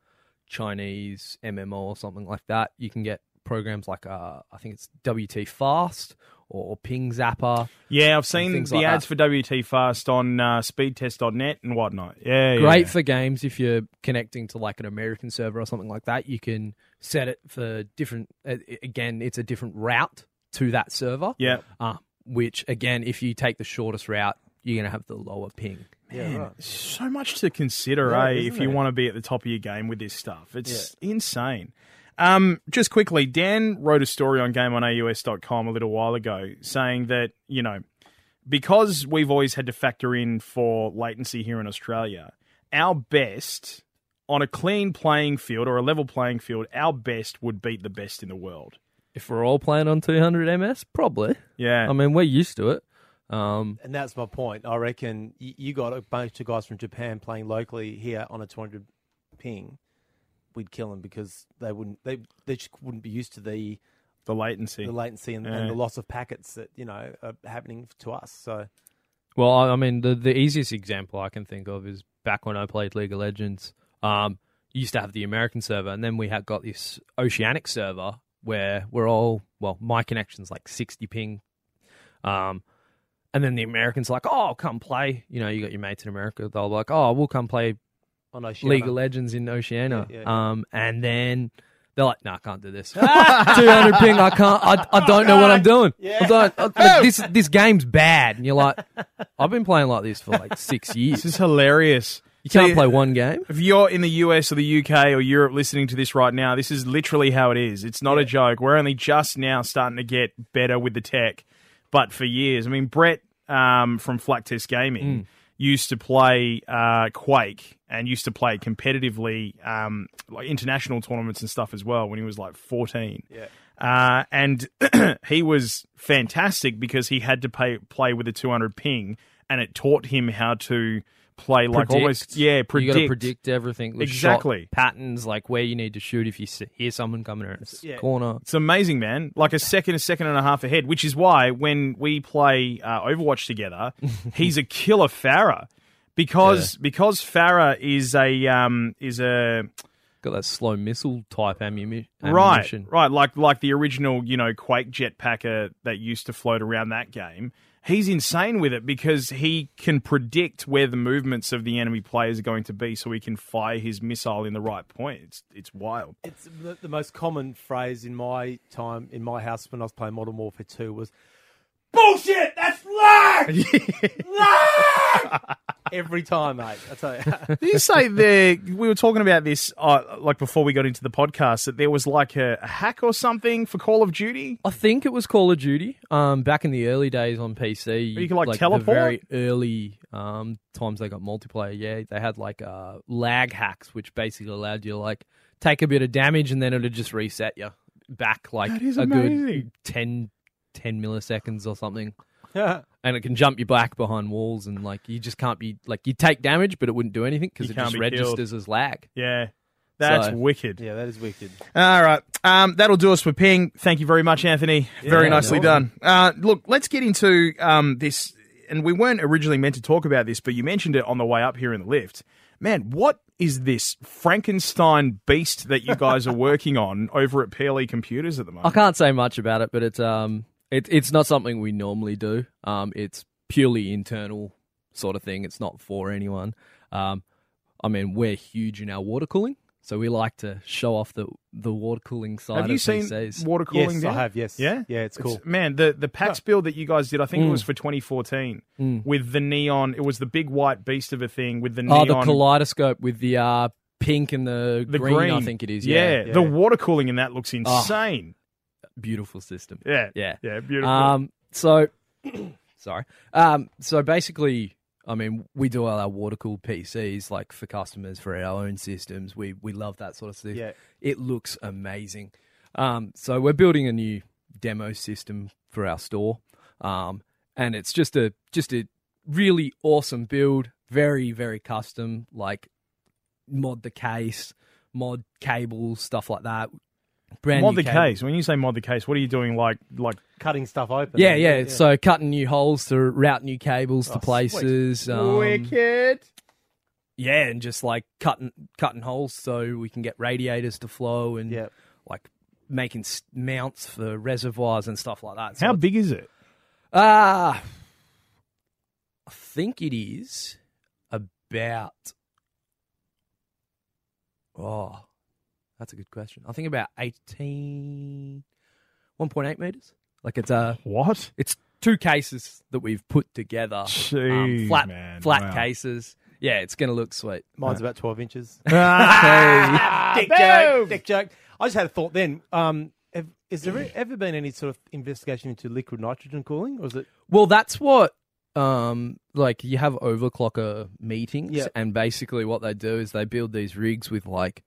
Chinese MMO or something like that. You can get programs like uh, I think it's WT Fast or Ping Zapper. Yeah, I've seen things the like ads that. for WT Fast on uh, speedtest.net and whatnot. Yeah, yeah. great for games if you're connecting to like an American server or something like that. You can set it for different. uh, Again, it's a different route to that server. Yeah. Uh, which again, if you take the shortest route, you're gonna have the lower ping. Yeah, right. so much to consider, Yeah, eh? isn't If you it? want to be at the top of your game with this stuff, it's insane. Um, just quickly, Dan wrote a story on GameOnAUS.com a little while ago saying that you know because we've always had to factor in for latency here in Australia, our best on a clean playing field or a level playing field, our best would beat the best in the world. If we're all playing on 200 ms, probably. Yeah, I mean, we're used to it. Um, And that's my point. I reckon you, you got a bunch of guys from Japan playing locally here on a 200 ping. We'd kill them because they wouldn't. They they just wouldn't be used to the the latency. the latency and, Yeah. and the loss of packets that you know are happening to us. So Well, I I mean, the the easiest example I can think of is back when I played League of Legends. Um, you used to have the American server, and then we had got this Oceanic server where we're all well, my connection's like sixty ping, um, and then the Americans like, oh, come play. You know, you got your mates in America. They'll be like, oh, we'll come play on Oceania, League of Legends in Oceania. Yeah, yeah, yeah. Um, and then they're like, "No, I can't do this. 200 ping. I can't. I, I don't know what I'm doing. I don't, I- like, this this game's bad." And you're like, "I've been playing like this for like six years. This is hilarious. You can't play one game." If you're in the US or the UK or Europe listening to this right now, this is literally how it is. It's not a joke. We're only just now starting to get better with the tech. but for years, I mean, Brett um, from Flak Test Mm. Gaming used to play uh, Quake and used to play competitively, um, like international tournaments and stuff as well when he was like 14. Yeah. Uh, and he was fantastic because he had to pay, play with a 200 ping and it taught him how to play like Predict. almost, yeah, predict. You got to predict everything. with shot Exactly. patterns, like where you need to shoot if you s- hear someone coming around a Yeah. corner. It's amazing, man. Like a second, a second and a half ahead, which is why when we play uh, Overwatch together, he's a killer Farah because because Farah is a um, is a Got that slow missile type ammuni- right ammunition. right like like the original you know Quake jetpacker that used to float around that game. He's insane with it because he can predict where the movements of the enemy players are going to be, so he can fire his missile in the right point. It's it's wild. It's the, the most common phrase in my time in my house when I was playing Modern Warfare 2 was bullshit. That's lag. lag. Every time, mate. I tell you. Did you say there? We were talking about this, uh, like before we got into the podcast, that there was like a, a hack or something for Call of Duty. I think it was Call of Duty. Um, back in the early days on PC, You could, like, The teleport? very early um times they got multiplayer. Yeah, they had like uh lag hacks, which basically allowed you to like take a bit of damage and then it'd just reset you back like That is a good amazing. 10, 10 milliseconds or something. and it can jump you back behind walls and like you just can't be like you take damage but it wouldn't do anything because You it can't just be registers killed. as lag Yeah, that's So- wicked. yeah, that is wicked. All right, um, that'll do us for Ping. Thank you very much, Anthony. very Yeah, nicely done. awesome. Uh, look, let's get into um, this, and we weren't originally meant to talk about this, but you mentioned it on the way up here in the lift. Man, what is this Frankenstein beast that you guys are working on over at PLE Computers at the i moment? can't say much about it but it's um it, it's not something we normally do um it's purely internal sort of thing it's not for anyone um i mean we're huge in our water cooling so we like to show off the the water cooling side Have you of seen PCs. water cooling? yes, down? I have. Yes. Yeah, Yeah, it's cool. man, the the PAX build that you guys did, I think Mm. it was for 2014 with the neon. It was the big white beast of a thing with the oh neon, the kaleidoscope with the uh pink and the, the green, green, i think it is Yeah, yeah, the water cooling in that looks insane. beautiful system Yeah, yeah yeah, beautiful. Um, so, sorry. Um, so basically, I mean, we do all our water cooled PCs like for customers for our own systems. We we love that sort of stuff. Yeah. it looks amazing. Um, so we're building a new demo system for our store, um, and it's just a just a really awesome build. Very very custom. Like mod the case, mod cables, stuff like that. Brand mod new the cable- case. When you say mod the case, what are you doing? Like, like Cutting stuff open. yeah, yeah, So cutting new holes to route new cables to places. Um, wicked. Yeah, and just like cutting cutting holes so we can get radiators to flow and Yeah. like making s- mounts for reservoirs and stuff like that. So How big is it? Ah, I think it is about. Oh, that's a good question. I think about 18, 1.8 meters. Like it's uh, a What? it's two cases that we've put together. um, Jeez, flat man. flat Wow. cases. Yeah, it's gonna look sweet. Mine's about 12 inches. Ah, dick joke. Dick joke. I just had a thought then. Um, have, is there ever been any sort of investigation into liquid nitrogen cooling, or is it Well, that's what um like you have overclocker meetings Yeah. and basically what they do is they build these rigs with like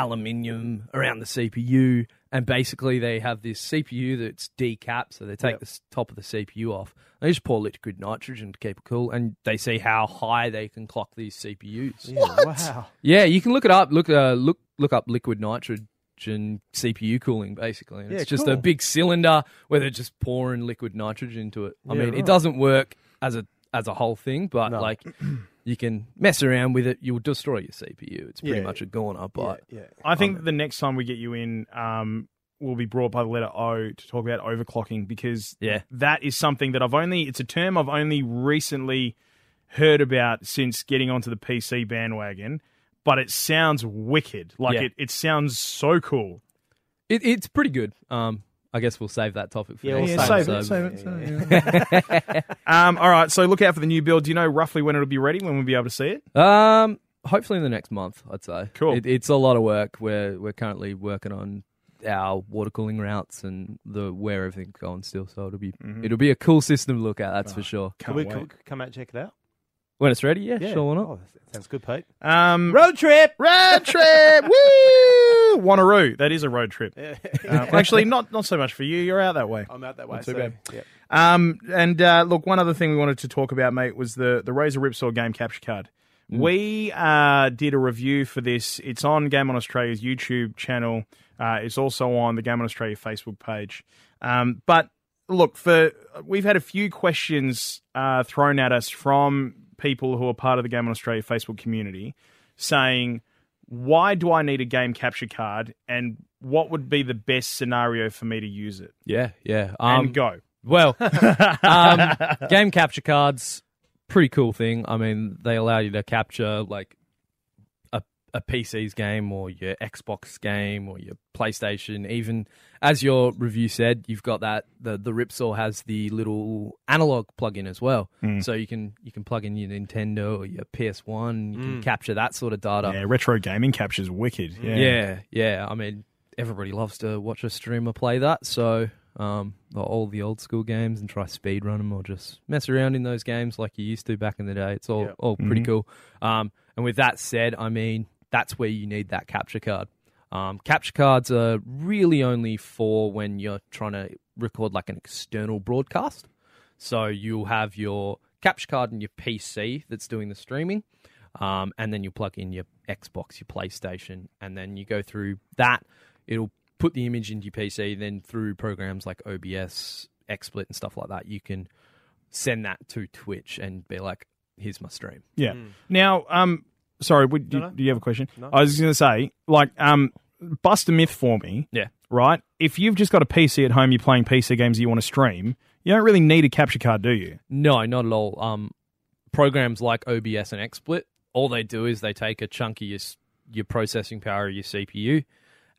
aluminium around the CPU and basically they have this CPU that's decapped so they take the s- top of the CPU off. They just pour liquid nitrogen to keep it cool and they see how high they can clock these CPUs. Wow. Yeah, you can look it up. Look, uh, look, look up liquid nitrogen CPU cooling. Basically, and Yeah, it's just a cool. big cylinder where they're just pouring liquid nitrogen into it. I Yeah, mean, it right. doesn't work as a as a whole thing, but No. like you can mess around with it. You'll destroy your CPU. It's pretty Yeah. much a goner, but yeah, I think the next time we get you in, um, we'll be brought by the letter O to talk about overclocking because Yeah. that is something that I've only it's a term I've only recently heard about since getting onto the PC bandwagon. But it sounds wicked. Like Yeah. it, it sounds so cool. it, it's pretty good. Um, I guess we'll save that topic for Yeah, next we'll time. save so- it, save it. um, all right, so look out for the new build. Do you know roughly when it'll be ready? When we'll be able to see it? Um, hopefully in the next month, I'd say. Cool. It, it's a lot of work. We're we're currently working on our water cooling routes and the where everything's going still. So it'll be it'll be a cool system to look at. That's for sure. Can Can't we Oh, wait. co- come out and check it out? When it's ready, yeah, sure why not. Oh, that sounds good, Pete. Um, Road trip. road trip. Woo! Wanneroo. That is a road trip. Um, actually, not not so much for you. You're out that way. I'm out that way. Not too so, bad. yeah. Um, and uh, look, one other thing we wanted to talk about, mate, was the the Razor Ripsaw game capture card. We uh, did a review for this. It's on Game on Australia's YouTube channel. Uh, it's also on the Game on Australia Facebook page. Um, but look, for we've had a few questions uh, thrown at us from people who are part of the Game on Australia Facebook community, saying, "Why do I need a game capture card? And what would be the best scenario for me to use it?" Yeah, yeah. And Um, go. Well, um, game capture cards, pretty cool thing. I mean, they allow you to capture like a a PC's game or your Xbox game or your PlayStation. Even as your review said, you've got that the the Ripsaw has the little analog plug-in as well, so you can you can plug in your Nintendo or your PS One. You can capture that sort of data. Yeah, retro gaming captures wicked. Yeah. Yeah, yeah. I mean, everybody loves to watch a streamer play that. So, um, the- all the old school games and try speed run them or just mess around in those games like you used to back in the day. It's all all pretty cool. Um, and with that said, I mean that's where you need that capture card. Um, capture cards are really only for when you're trying to record like an external broadcast. So you'll have your capture card and your PC that's doing the streaming, um, and then you plug in your Xbox, your PlayStation, and then you go through that. It'll put the image into your PC. Then through programs like OBS, XSplit, and stuff like that, you can send that to Twitch and be like, "Here's my stream." Yeah. Now, um, sorry, would, do, do you have a question? I was just going to say, like, um, bust a myth for me, Yeah, right? If you've just got a PC at home, you're playing PC games that you want to stream, you don't really need a capture card, do you? No, not at all. Um, programs like OBS and XSplit, all they do is they take a chunk of your s- your processing power, of your CPU,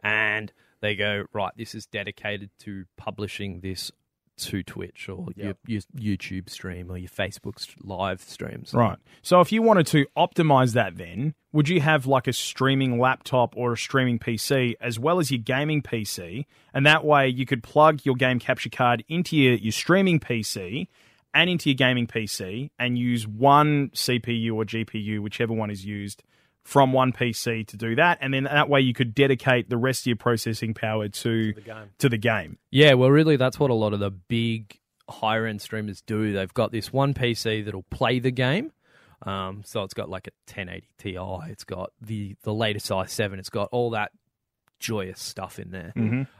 and they go right. This is dedicated to publishing this to Twitch or your, your YouTube stream or your Facebook st- live streams. Right. So if you wanted to optimize that, then would you have like a streaming laptop or a streaming PC as well as your gaming PC? And that way you could plug your game capture card into your, your streaming PC and into your gaming PC and use one CPU or GPU, whichever one is used, from one PC to do that. And then that way you could dedicate the rest of your processing power to, the game. To the game. Yeah, well, really, that's what a lot of the big higher end streamers do. They've got this one PC that'll play the game. Um, so it's got like a 1080 Ti. It's got the the latest i7. It's got all that joyous stuff in there.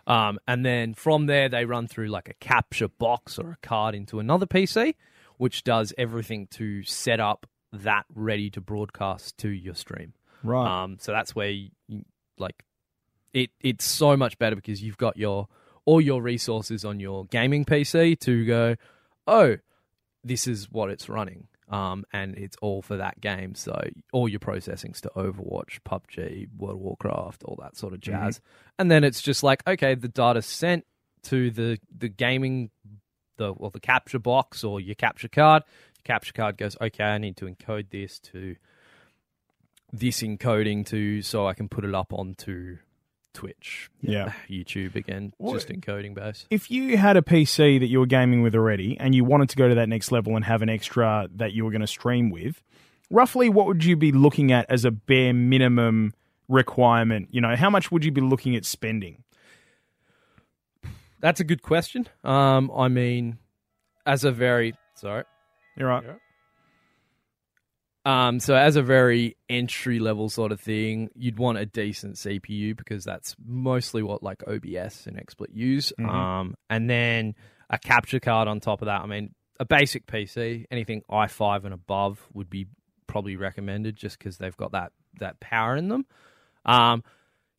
Um, and then from there, they run through like a capture box or a card into another PC, which does everything to set up that ready to broadcast to your stream. Right. Um, so that's where you, like it it's so much better because you've got your all your resources on your gaming PC to go, oh, this is what it's running. Um, and it's all for that game. So all your processing's to Overwatch, PUBG, World of Warcraft, all that sort of jazz. And then it's just like, okay, the data's sent to the the gaming the well the capture box or your capture card. Your capture card goes, okay, I need to encode this to this encoding to so I can put it up onto Twitch, Yeah. YouTube again, just encoding base. if you had a PC that you were gaming with already and you wanted to go to that next level and have an extra that you were going to stream with, roughly what would you be looking at as a bare minimum requirement? You know, how much would you be looking at spending? That's a good question. Um, I mean, as a very sorry. You're right. Um, so as a very entry level sort of thing, you'd want a decent CPU because that's mostly what like OBS and XSplit use. Mm-hmm. Um, and then a capture card on top of that. I mean, a basic PC, anything i5 and above would be probably recommended just because they've got that that power in them. Um,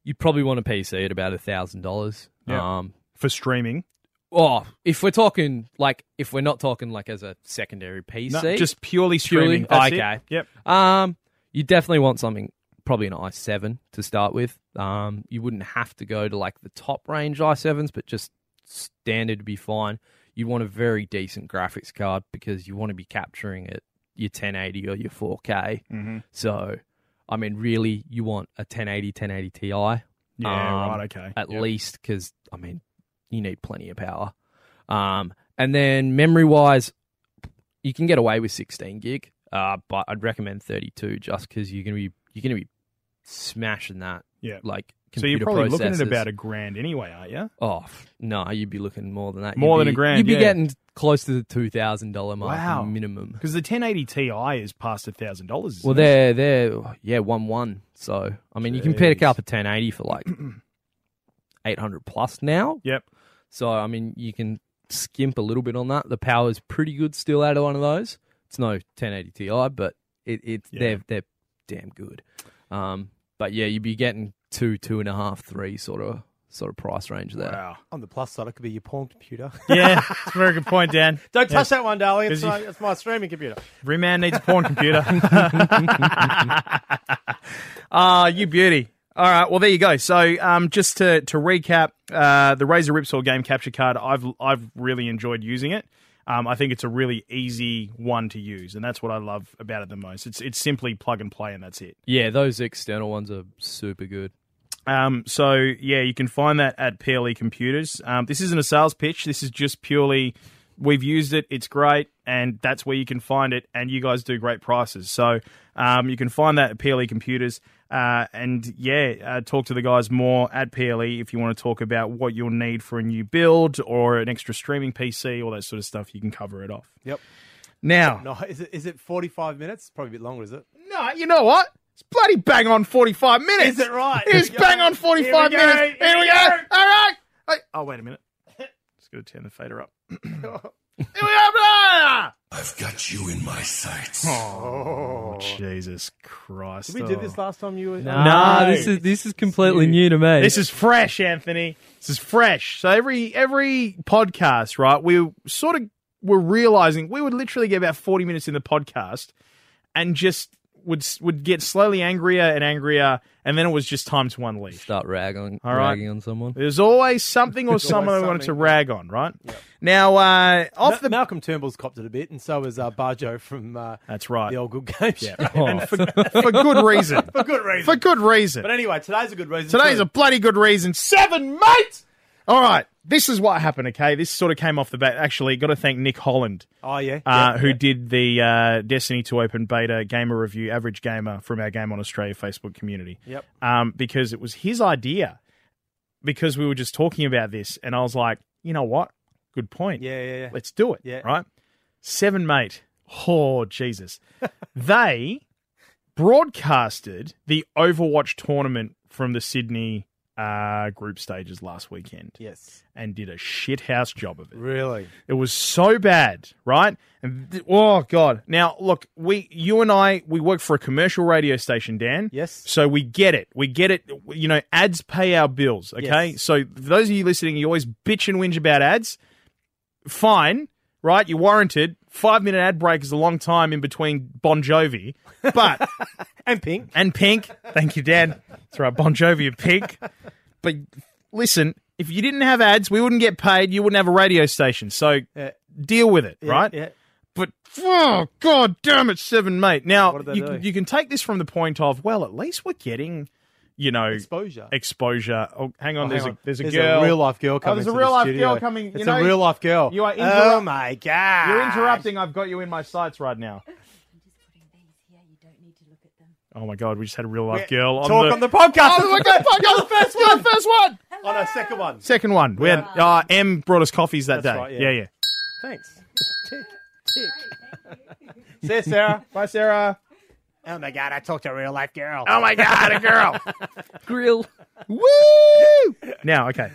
you'd probably want a PC at about a thousand dollars. Yeah. Um, For streaming, Oh, if we're talking like if we're not talking like as a secondary PC, No, just purely streaming. Purely? That's it. Okay. Yep. um, you definitely want something probably an i7 to start with. Um, you wouldn't have to go to like the top range i7s, but just standard would be fine. You want a very decent graphics card because you want to be capturing it your 1080 or your 4K. So, I mean, really, you want a 1080, 1080 Ti. Yeah, um, right, okay. At Yep. least because I mean, you need plenty of power. Um, and then memory wise, you can get away with 16 gig, uh, but I'd recommend 32 just because you're gonna be you're gonna be smashing that. Yeah. like So you're probably looking at processors. about a grand anyway, aren't you? Oh f- no, you'd be looking more than that. You'd More than be- a grand, You'd be yeah. getting close to the two thousand dollar mark Wow. minimum. Because the 1080 Ti is past a thousand dollars. Well, they're they're yeah one one. So I mean, you can pick Jeez. up a ten eighty for like eight hundred plus now. Yep. So I mean, you can skimp a little bit on that. The power's pretty good still out of one of those. It's no 1080 Ti, but it it's Yeah. they're they're damn good. Um, but yeah, you'd be getting two, two and a half, three sort of sort of price range there. Wow. On the plus side, it could be your porn computer. Yeah, it's a very good point, Dan. Don't touch that one, darling. It's Busy. my, it's my streaming computer. Every man needs a porn computer. Ah, you beauty. All right, well there you go. So, um, just to to recap, uh, the Razor Ripsaw game capture card, I've I've really enjoyed using it. Um, I think it's a really easy one to use, and that's what I love about it the most. It's it's simply plug and play, and that's it. Yeah, those external ones are super good. Um, so yeah, you can find that at PLE Computers. Um, this isn't a sales pitch. This is just purely we've used it. It's great, and that's where you can find it. And you guys do great prices, so um, you can find that at PLE Computers. Uh, and yeah, uh, talk to the guys more at PLE if you want to talk about what you'll need for a new build or an extra streaming PC, all that sort of stuff. You can cover it off. Yep. Now, No, is it, is it 45 minutes? Probably a bit longer, is it? no, you know what? It's bloody bang on 45 minutes. Is it right? It's Here we go. bang on 45 Here we go. minutes. Here, we go. All right. Hey. Oh, wait a minute. Just going to turn the fader up. Here we are. I've got you in my sights. Oh, Jesus Christ. Did we do this last time you were? Nah, this is this is completely new to me. This is fresh, Anthony. This is fresh. So every every podcast, right? We sort of were realizing we would literally get about forty minutes in the podcast, and just would would get slowly angrier and angrier, and then it was just time to unleash. start ragging, All right. ragging on someone. There's always something or someone I wanted to something. rag on, right? Now, uh, Ma- off the. Malcolm Turnbull's copped it a bit, and so has uh, Barjo from uh, That's right. Oh. the old good game show. and for, for good reason. For good reason. For good reason. but anyway, today's a good reason. Today's too. a bloody good reason. Seven, mate! All right. This is what happened, okay? This sort of came off the bat. Actually, got to thank Nick Holland, Oh, yeah. uh, yeah, who yeah. did the uh, Destiny 2 Open Beta Gamer Review, Average Gamer from our Game on Australia Facebook community. Yep. um, because it was his idea. Because we were just talking about this, and I was like, you know what? Good point. Yeah, yeah, yeah. Let's do it. Yeah. Right? Seven Mate. Oh, Jesus. they broadcasted the Overwatch tournament from the Sydney uh, group stages last weekend Yes. and did a shithouse job of it. Really? It was so bad, right? And th- oh god. Now look, we you and I we work for a commercial radio station, Dan. Yes. So we get it. We get it. You know, ads pay our bills, okay? Yes. So for those of you listening, you always bitch and whinge about ads. Fine, right? You're warranted. 5-minute ad break is a long time in between Bon Jovi. But And Pink. and pink. Thank you, Dan. That's right, Bon Jovi and pink. But listen, if you didn't have ads, we wouldn't get paid. You wouldn't have a radio station. So Yeah. deal with it, Yeah, right? Yeah. But oh, god damn it, seven mate. Now What did they you, can- do? you can take this from the point of well, at least we're getting, you know, Exposure. exposure. Oh, hang on, Oh, there's hang a on. there's a there's girl. a real life girl coming. there's to a the real life studio. girl coming, you It's know, a real life girl. you are Oh interrupt- my god! You're interrupting. I've got you in my sights right now. I'm just putting these here. You don't need to look at them. Oh my god, we just had a real life We're- girl on Talk the. on the podcast. Oh my god, you're the first one. first one. on our second one. Second one. We had uh, M brought us coffees that That's day. right, yeah, yeah. yeah. Thanks. Tick, tick. See you, Sarah. Bye, Sarah. Oh my god! I talked to a real life girl. Oh my god, a girl. Grill. Woo! Now, okay.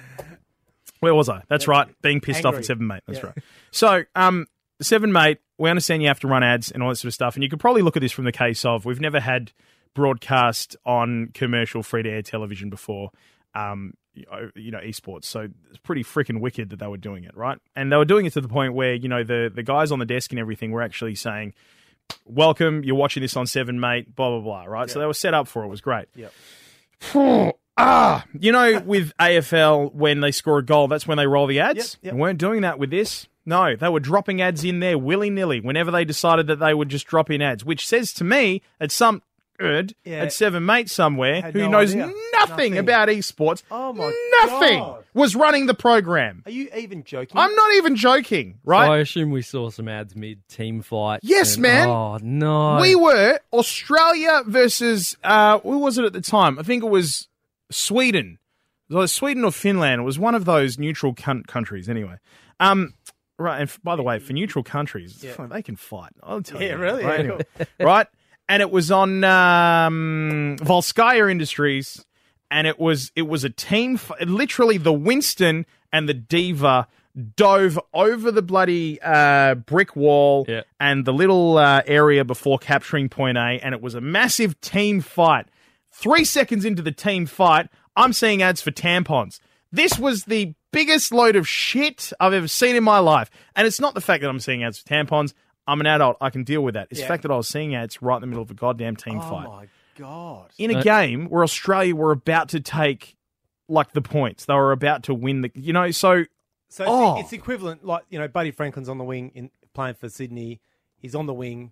Where was I? That's right. Being pissed off Angry. at Seven Mate. That's Yeah. right. So, um, Seven Mate, we understand you have to run ads and all that sort of stuff. And you could probably look at this from the case of we've never had broadcast on commercial free to air television before. Um, you know- you know, esports. So it's pretty freaking wicked that they were doing it, right? And they were doing it to the point where you know the the guys on the desk and everything were actually saying, "Welcome, you're watching this on Seven Mate." Blah blah blah. Right? So they were set up for it. it was great. Ah, you know, with AFL, when they score a goal, that's when they roll the ads. Yep, yep. They weren't doing that with this. No, they were dropping ads in there willy nilly whenever they decided that they would just drop in ads, which says to me at some ed Yeah. at Seven Mates somewhere Had who no knows idea. nothing Nothing. about esports. Oh my Nothing God. was running the program. Are you even joking? I'm not even joking, I right? assume we saw some ads mid team fight. Yes, and- man. Oh no. we were Australia versus uh, who was it at the time? I think it was Sweden. It was Sweden or Finland. It was one of those neutral cunt countries, anyway. Um, right. And f- by the way, for neutral countries, fuck, they can fight. I'll tell you. Yeah, that, really? Right? Yeah, Anyway, right? And it was on um, Volskaya Industries, and it was it was a team. f- Literally, the Winston and the Diva dove over the bloody uh, brick wall Yeah. and the little uh, area before capturing point A, and it was a massive team fight. Three seconds into the team fight, I'm seeing ads for tampons. This was the biggest load of shit I've ever seen in my life. And it's not the fact that I'm seeing ads for tampons. I'm an adult. I can deal with that. It's the fact that I was seeing ads right in the middle of a goddamn team Oh fight. my god! In a game where Australia were about to take like the points, they were about to win the, you know, so So it's, Oh. it's equivalent, like you know, Buddy Franklin's on the wing in playing for Sydney. He's on the wing.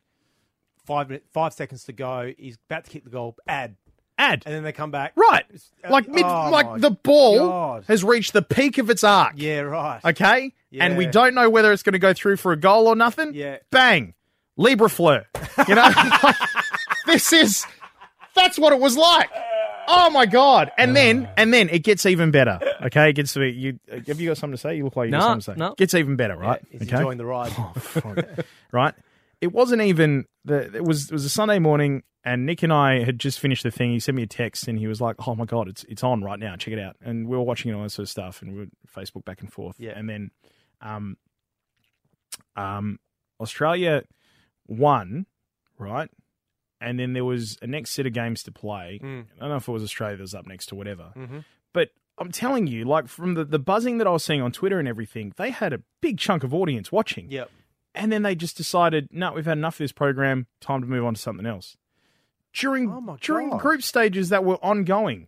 Five minute, five seconds to go. He's about to kick the goal. Ad, ad. and then they come back. Right. It's- Like mid, oh my- like the ball God. has reached the peak of its arc. Yeah, right. Okay? And we Yeah. don't know whether it's going to go through for a goal or nothing. Yeah. Bang. Libra fleur. You know? Like, this is that's what it was like. Oh my god. Uh. And then and then it gets even better. Okay? It gets to be you have you got something to say? You look like you got No, something to say. no. Gets even better, Yeah, right? He's enjoying the ride. Oh, Fuck. right? It wasn't even the. It was it was a Sunday morning, and Nick and I had just finished the thing. He sent me a text, and he was like, "Oh my god, it's it's on right now. Check it out." And we were watching it all that sort of stuff, and we were Facebook back and forth. Yeah. And then, um, um, Australia won, right? And then there was a next set of games to play. Mm. I don't know if it was Australia that was up next or whatever. Mhm. But I'm telling you, like from the, the buzzing that I was seeing on Twitter and everything, they had a big chunk of audience watching. Yep. And then they just decided, no, we've had enough of this program. Time to move on to something else. During Oh my during God. group stages that were ongoing,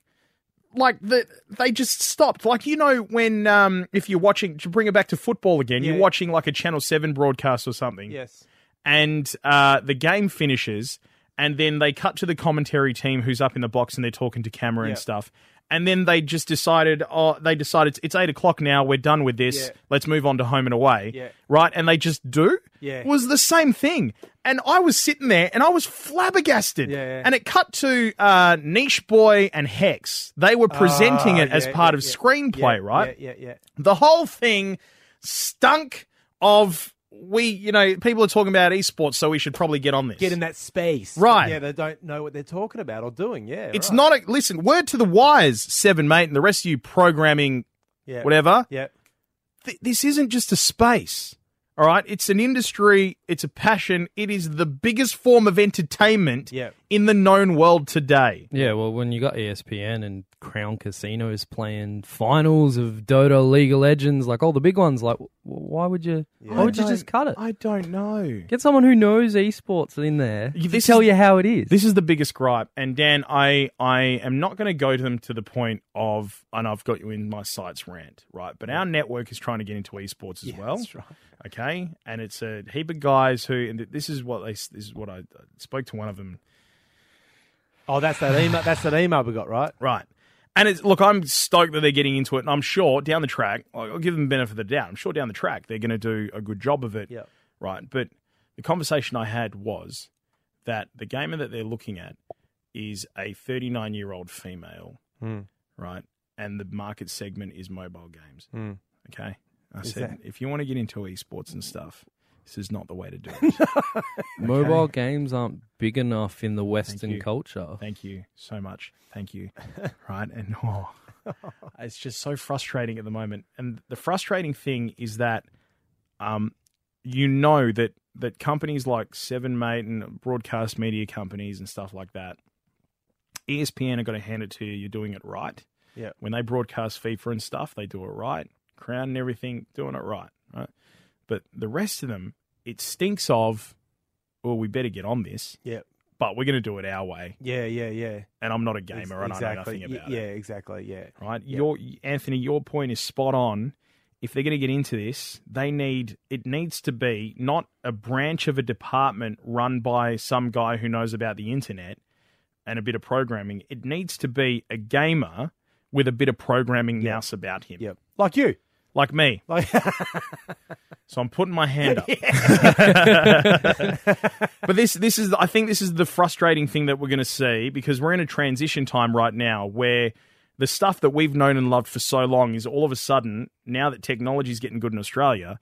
like the, they just stopped. Like you know when um, if you're watching to bring it back to football again, you're Yeah. watching like a Channel Seven broadcast or something, Yes. and uh, the game finishes, and then they cut to the commentary team who's up in the box and they're talking to camera Yeah. and stuff. And then they just decided, oh, they decided it's eight o'clock now. We're done with this. Yeah. Let's move on to home and away Yeah. right? And they just do. Yeah. Was the same thing. And I was sitting there and I was flabbergasted. Yeah, yeah. And it cut to uh, Niche Boy and Hex. They were presenting Ah, it as yeah, part yeah, of yeah. screenplay, Yeah, right? Yeah, yeah, yeah. The whole thing stunk of we, you know, people are talking about esports, so we should probably get on this. Get in that space. Right. Yeah, they don't know what they're talking about or doing. Yeah. it's right. not a listen. Word to the wise, seven mate, and the rest of you programming Yeah. whatever. Yeah. th- this isn't just a space. All right, it's an industry, it's a passion, it is the biggest form of entertainment Yeah. in the known world today. Yeah, well, when you got E ESPN and Crown Casinos playing finals of Dota, League of Legends, like all the big ones, like w- why would you? Why would you just cut it? I don't know. Get someone who knows esports in there You- to this tell is- you how it is. This is the biggest gripe, and Dan, I I am not going to go to them to the point of, and I've got you in my sights rant, right? But our network is trying to get into esports as well. That's right. okay and it's a heap of guys who and this is what they this is what i I spoke to one of them Oh, that's that email. That's that email we got, right? Right. And it's look, I'm stoked that they're getting into it, and I'm sure down the track, like, I'll give them the benefit of the doubt. I'm sure down the track they're going to do a good job of it. Yep. Right. But the conversation I had was that the gamer that they're looking at is a 39 year old female, Hmm. right? And the market segment is mobile games. Hmm. Okay. I Is said, that- if you want to get into esports and stuff, this is not the way to do it. Mobile games aren't big enough in the you. Western culture. Thank you so much. Thank you. right. And oh, it's just so frustrating at the moment. And the frustrating thing is that um, you know that that companies like Seven Mate and broadcast media companies and stuff like that, E ESPN are going to hand it to you. You're doing it right. Yeah. When they broadcast FIFA and stuff, they do it right. Crown and everything, doing it right. Right. But the rest of them, it stinks of, well, we better get on this, Yeah. but we're going to do it our way Yeah, yeah, yeah. and I'm not a gamer Ex- and I know nothing Y- about yeah, it. exactly. Yeah. Right? Your Anthony, your point is spot on. If they're going to get into this, they need it needs to be not a branch of a department run by some guy who knows about the internet, and a bit of programming. It needs to be a gamer with a bit of programming nous about him, Yep. Like you. like me. Like So I'm putting my hand up. but this this is I think this is the frustrating thing that we're going to see because we're in a transition time right now where the stuff that we've known and loved for so long is all of a sudden now that technology's getting good in Australia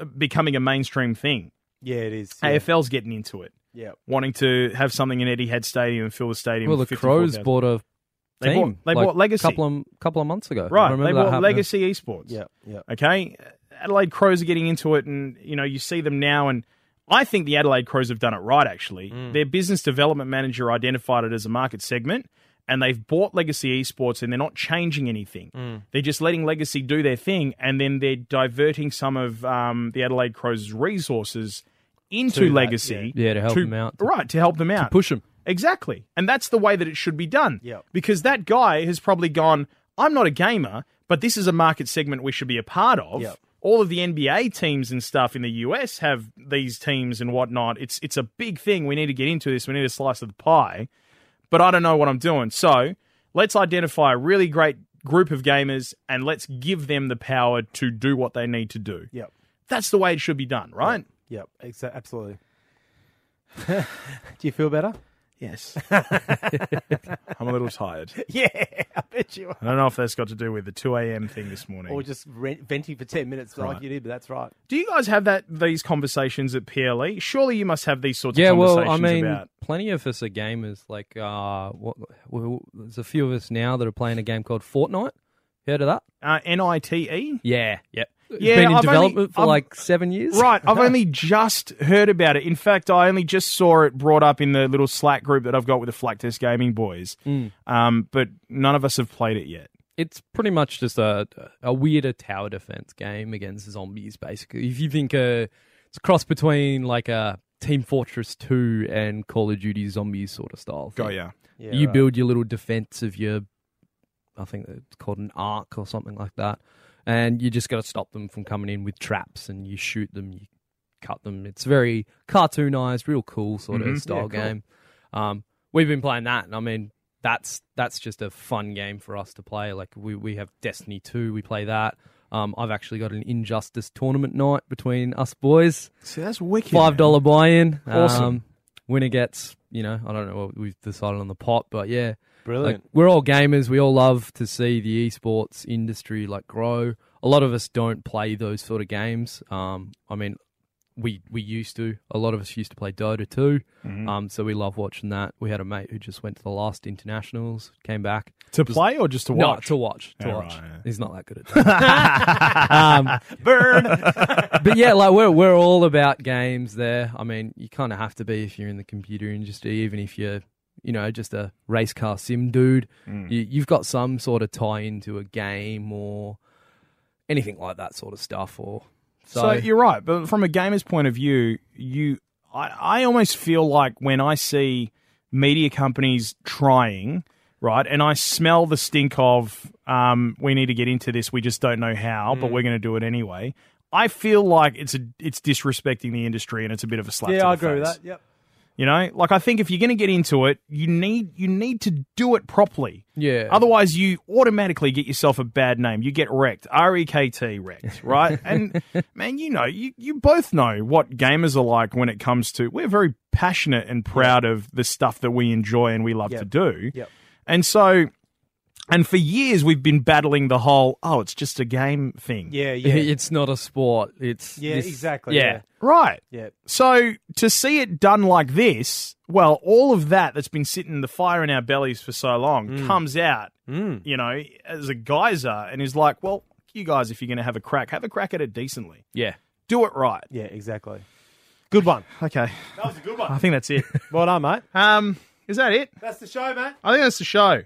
uh, becoming a mainstream thing. Yeah, it is. AFL's getting into it, yeah. wanting to have something in Etihad Stadium and fill the stadium. Well, with the Crows 54,000. bought a team. They bought- they bought Legacy. couple of couple of months ago. I right. remember They that bought happening. Legacy Esports. Yeah. Yeah. Okay, Adelaide Crows are getting into it, and you know you see them now, and I think the Adelaide Crows have done it right. Actually, Mm. their business development manager identified it as a market segment, and they've bought Legacy Esports, and they're not changing anything. Mm. They're just letting Legacy do their thing, and then they're diverting some of um, the Adelaide Crows' resources into To that, Legacy, yeah. Yeah, to help them out. right? To help them out, Push them. Exactly. And that's the way that it should be done. Yep. Because that guy has probably gone, I'm not a gamer, but this is a market segment we should be a part of. Yep. All of the NBA teams and stuff in the US have these teams and whatnot. It's it's a big thing. We need to get into this. We need a slice of the pie. But I don't know what I'm doing. So let's identify a really great group of gamers and let's give them the power to do what they need to do. Yep. That's the way it should be done, right? Yep. Exa- absolutely. Do you feel better? Yes. I'm a little tired. Yeah, I bet you are. I don't know if that's got to do with the 2 a.m. thing this morning. Or just rent, venting for 10 minutes like Right. you did, but that's right. Do you guys have that these conversations at PLE? Surely you must have these sorts Yeah, of well, conversations I mean, about. plenty of us are gamers. Like, uh, what, well, there's a few of us now that are playing a game called Fortnite. Heard of that? Uh, NITE? Yeah, yeah. It's Yeah, been in I've only- development for I'm- like seven years. Right, I've only just heard about it. In fact, I only just saw it brought up in the little Slack group that I've got with the Flak Test Gaming boys. Hmm. Um, but none of us have played it yet. It's pretty much just a a weirder tower defense game against zombies, basically. If you think uh, it's a cross between like a Team Fortress 2 and Call of Duty zombies sort of style. thing. Yeah, you right. build your little defense of your, I think it's called an arc or something like that, and you just got to stop them from coming in with traps, and you shoot them, you cut them. It's very cartoonized, real cool sort Mhm. of style Mm-hmm. Yeah, cool. game. Um, we've been playing that, and I mean that's that's just a fun game for us to play. Like we we have Destiny two, we play that. Um, I've actually got an Injustice tournament night between us boys See, that's wicked. five dollar buy in. Awesome. Um, winner gets, you know, I don't know what we've decided on the pot, but yeah, like Brilliant. we're all gamers. We all love to see the esports industry like grow. A lot of us don't play those sort of games. Um, I mean, we we used to. A lot of us used to play Dota too. Mm-hmm. Um, so we love watching that. We had a mate who just went to the last internationals, came back. To play or just to No, watch? to watch, to Yeah, watch. right, yeah. He's not that good at that. um, but yeah, like we're we're all about games there. I mean, you kind of have to be if you're in the computer industry, even if you're you know just a race car sim dude. You, you've got some sort of tie into a game or anything like that sort of stuff. Or so, So, you're right, but from a gamer's point of view, you, I, I almost feel like when I see media companies trying, right, and I smell the stink of, um, we need to get into this, we just don't know how, Mm. but we're going to do it anyway. I feel like it's a, it's disrespecting the industry and it's a bit of a slap. to yeah, the I agree with face. that. Yep. You know, like I think if you're going to get into it, you need you need to do it properly. Yeah. Otherwise, you automatically get yourself a bad name. You get wrecked. R E K T wrecked, right? and man, you know, you, you both know what gamers are like when it comes to we're very passionate and proud of the stuff that we enjoy and we love Yep. to do. Yep. And so and for years we've been battling the whole, oh, it's just a game thing. Yeah, yeah. it's not a sport. It's Yeah, this- exactly, Yeah, Right. yeah. So to see it done like this, well, all of that that's been sitting the fire in our bellies for so long comes out, you know, as a geyser and is like, well, you guys, if you're going to have a crack, have a crack at it decently. yeah. Do it right. Yeah, exactly. Good one. Okay. That was a good one. I think that's it. Well done, mate. um, is that it? That's the show, mate. I think that's the show.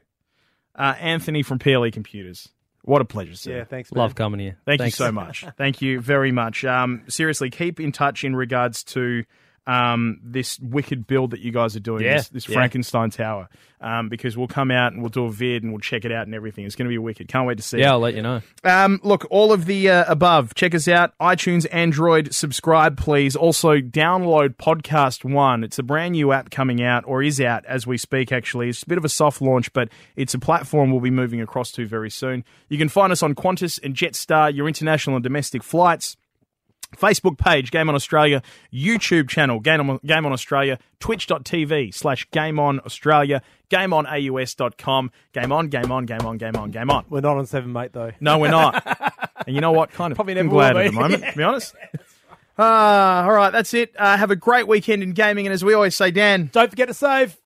Uh, Anthony from PLE Computers. What a pleasure, sir. Yeah, thanks, man. Love coming here. Thank Thanks. you so much. Thank you very much. Um, seriously, keep in touch in regards to um, this wicked build that you guys are doing, Yeah, this, this yeah. Frankenstein Tower, um, because we'll come out and we'll do a vid and we'll check it out and everything. It's going to be wicked. Can't wait to see. Yeah, it. I'll let you know. Um, look, all of the uh, above. Check us out. iTunes, Android, subscribe, please. Also, download Podcast One. It's a brand new app coming out, or is out as we speak, actually. It's a bit of a soft launch, but it's a platform we'll be moving across to very soon. You can find us on Qantas and Jetstar, your international and domestic flights. Facebook page, Game On Australia, YouTube channel, Game On, Game on Australia, twitch.tv slash Game On Australia, GameOnAUS.com, Game On, Game On, Game On, Game On, Game On. We're not on seven, mate, though. No, we're not. and you know what? Kind of Probably fucking never glad will at the be. moment, to be Ah, honest. Uh, all right, that's it. Uh, have a great weekend in gaming. And as we always say, Dan, Don't forget to save.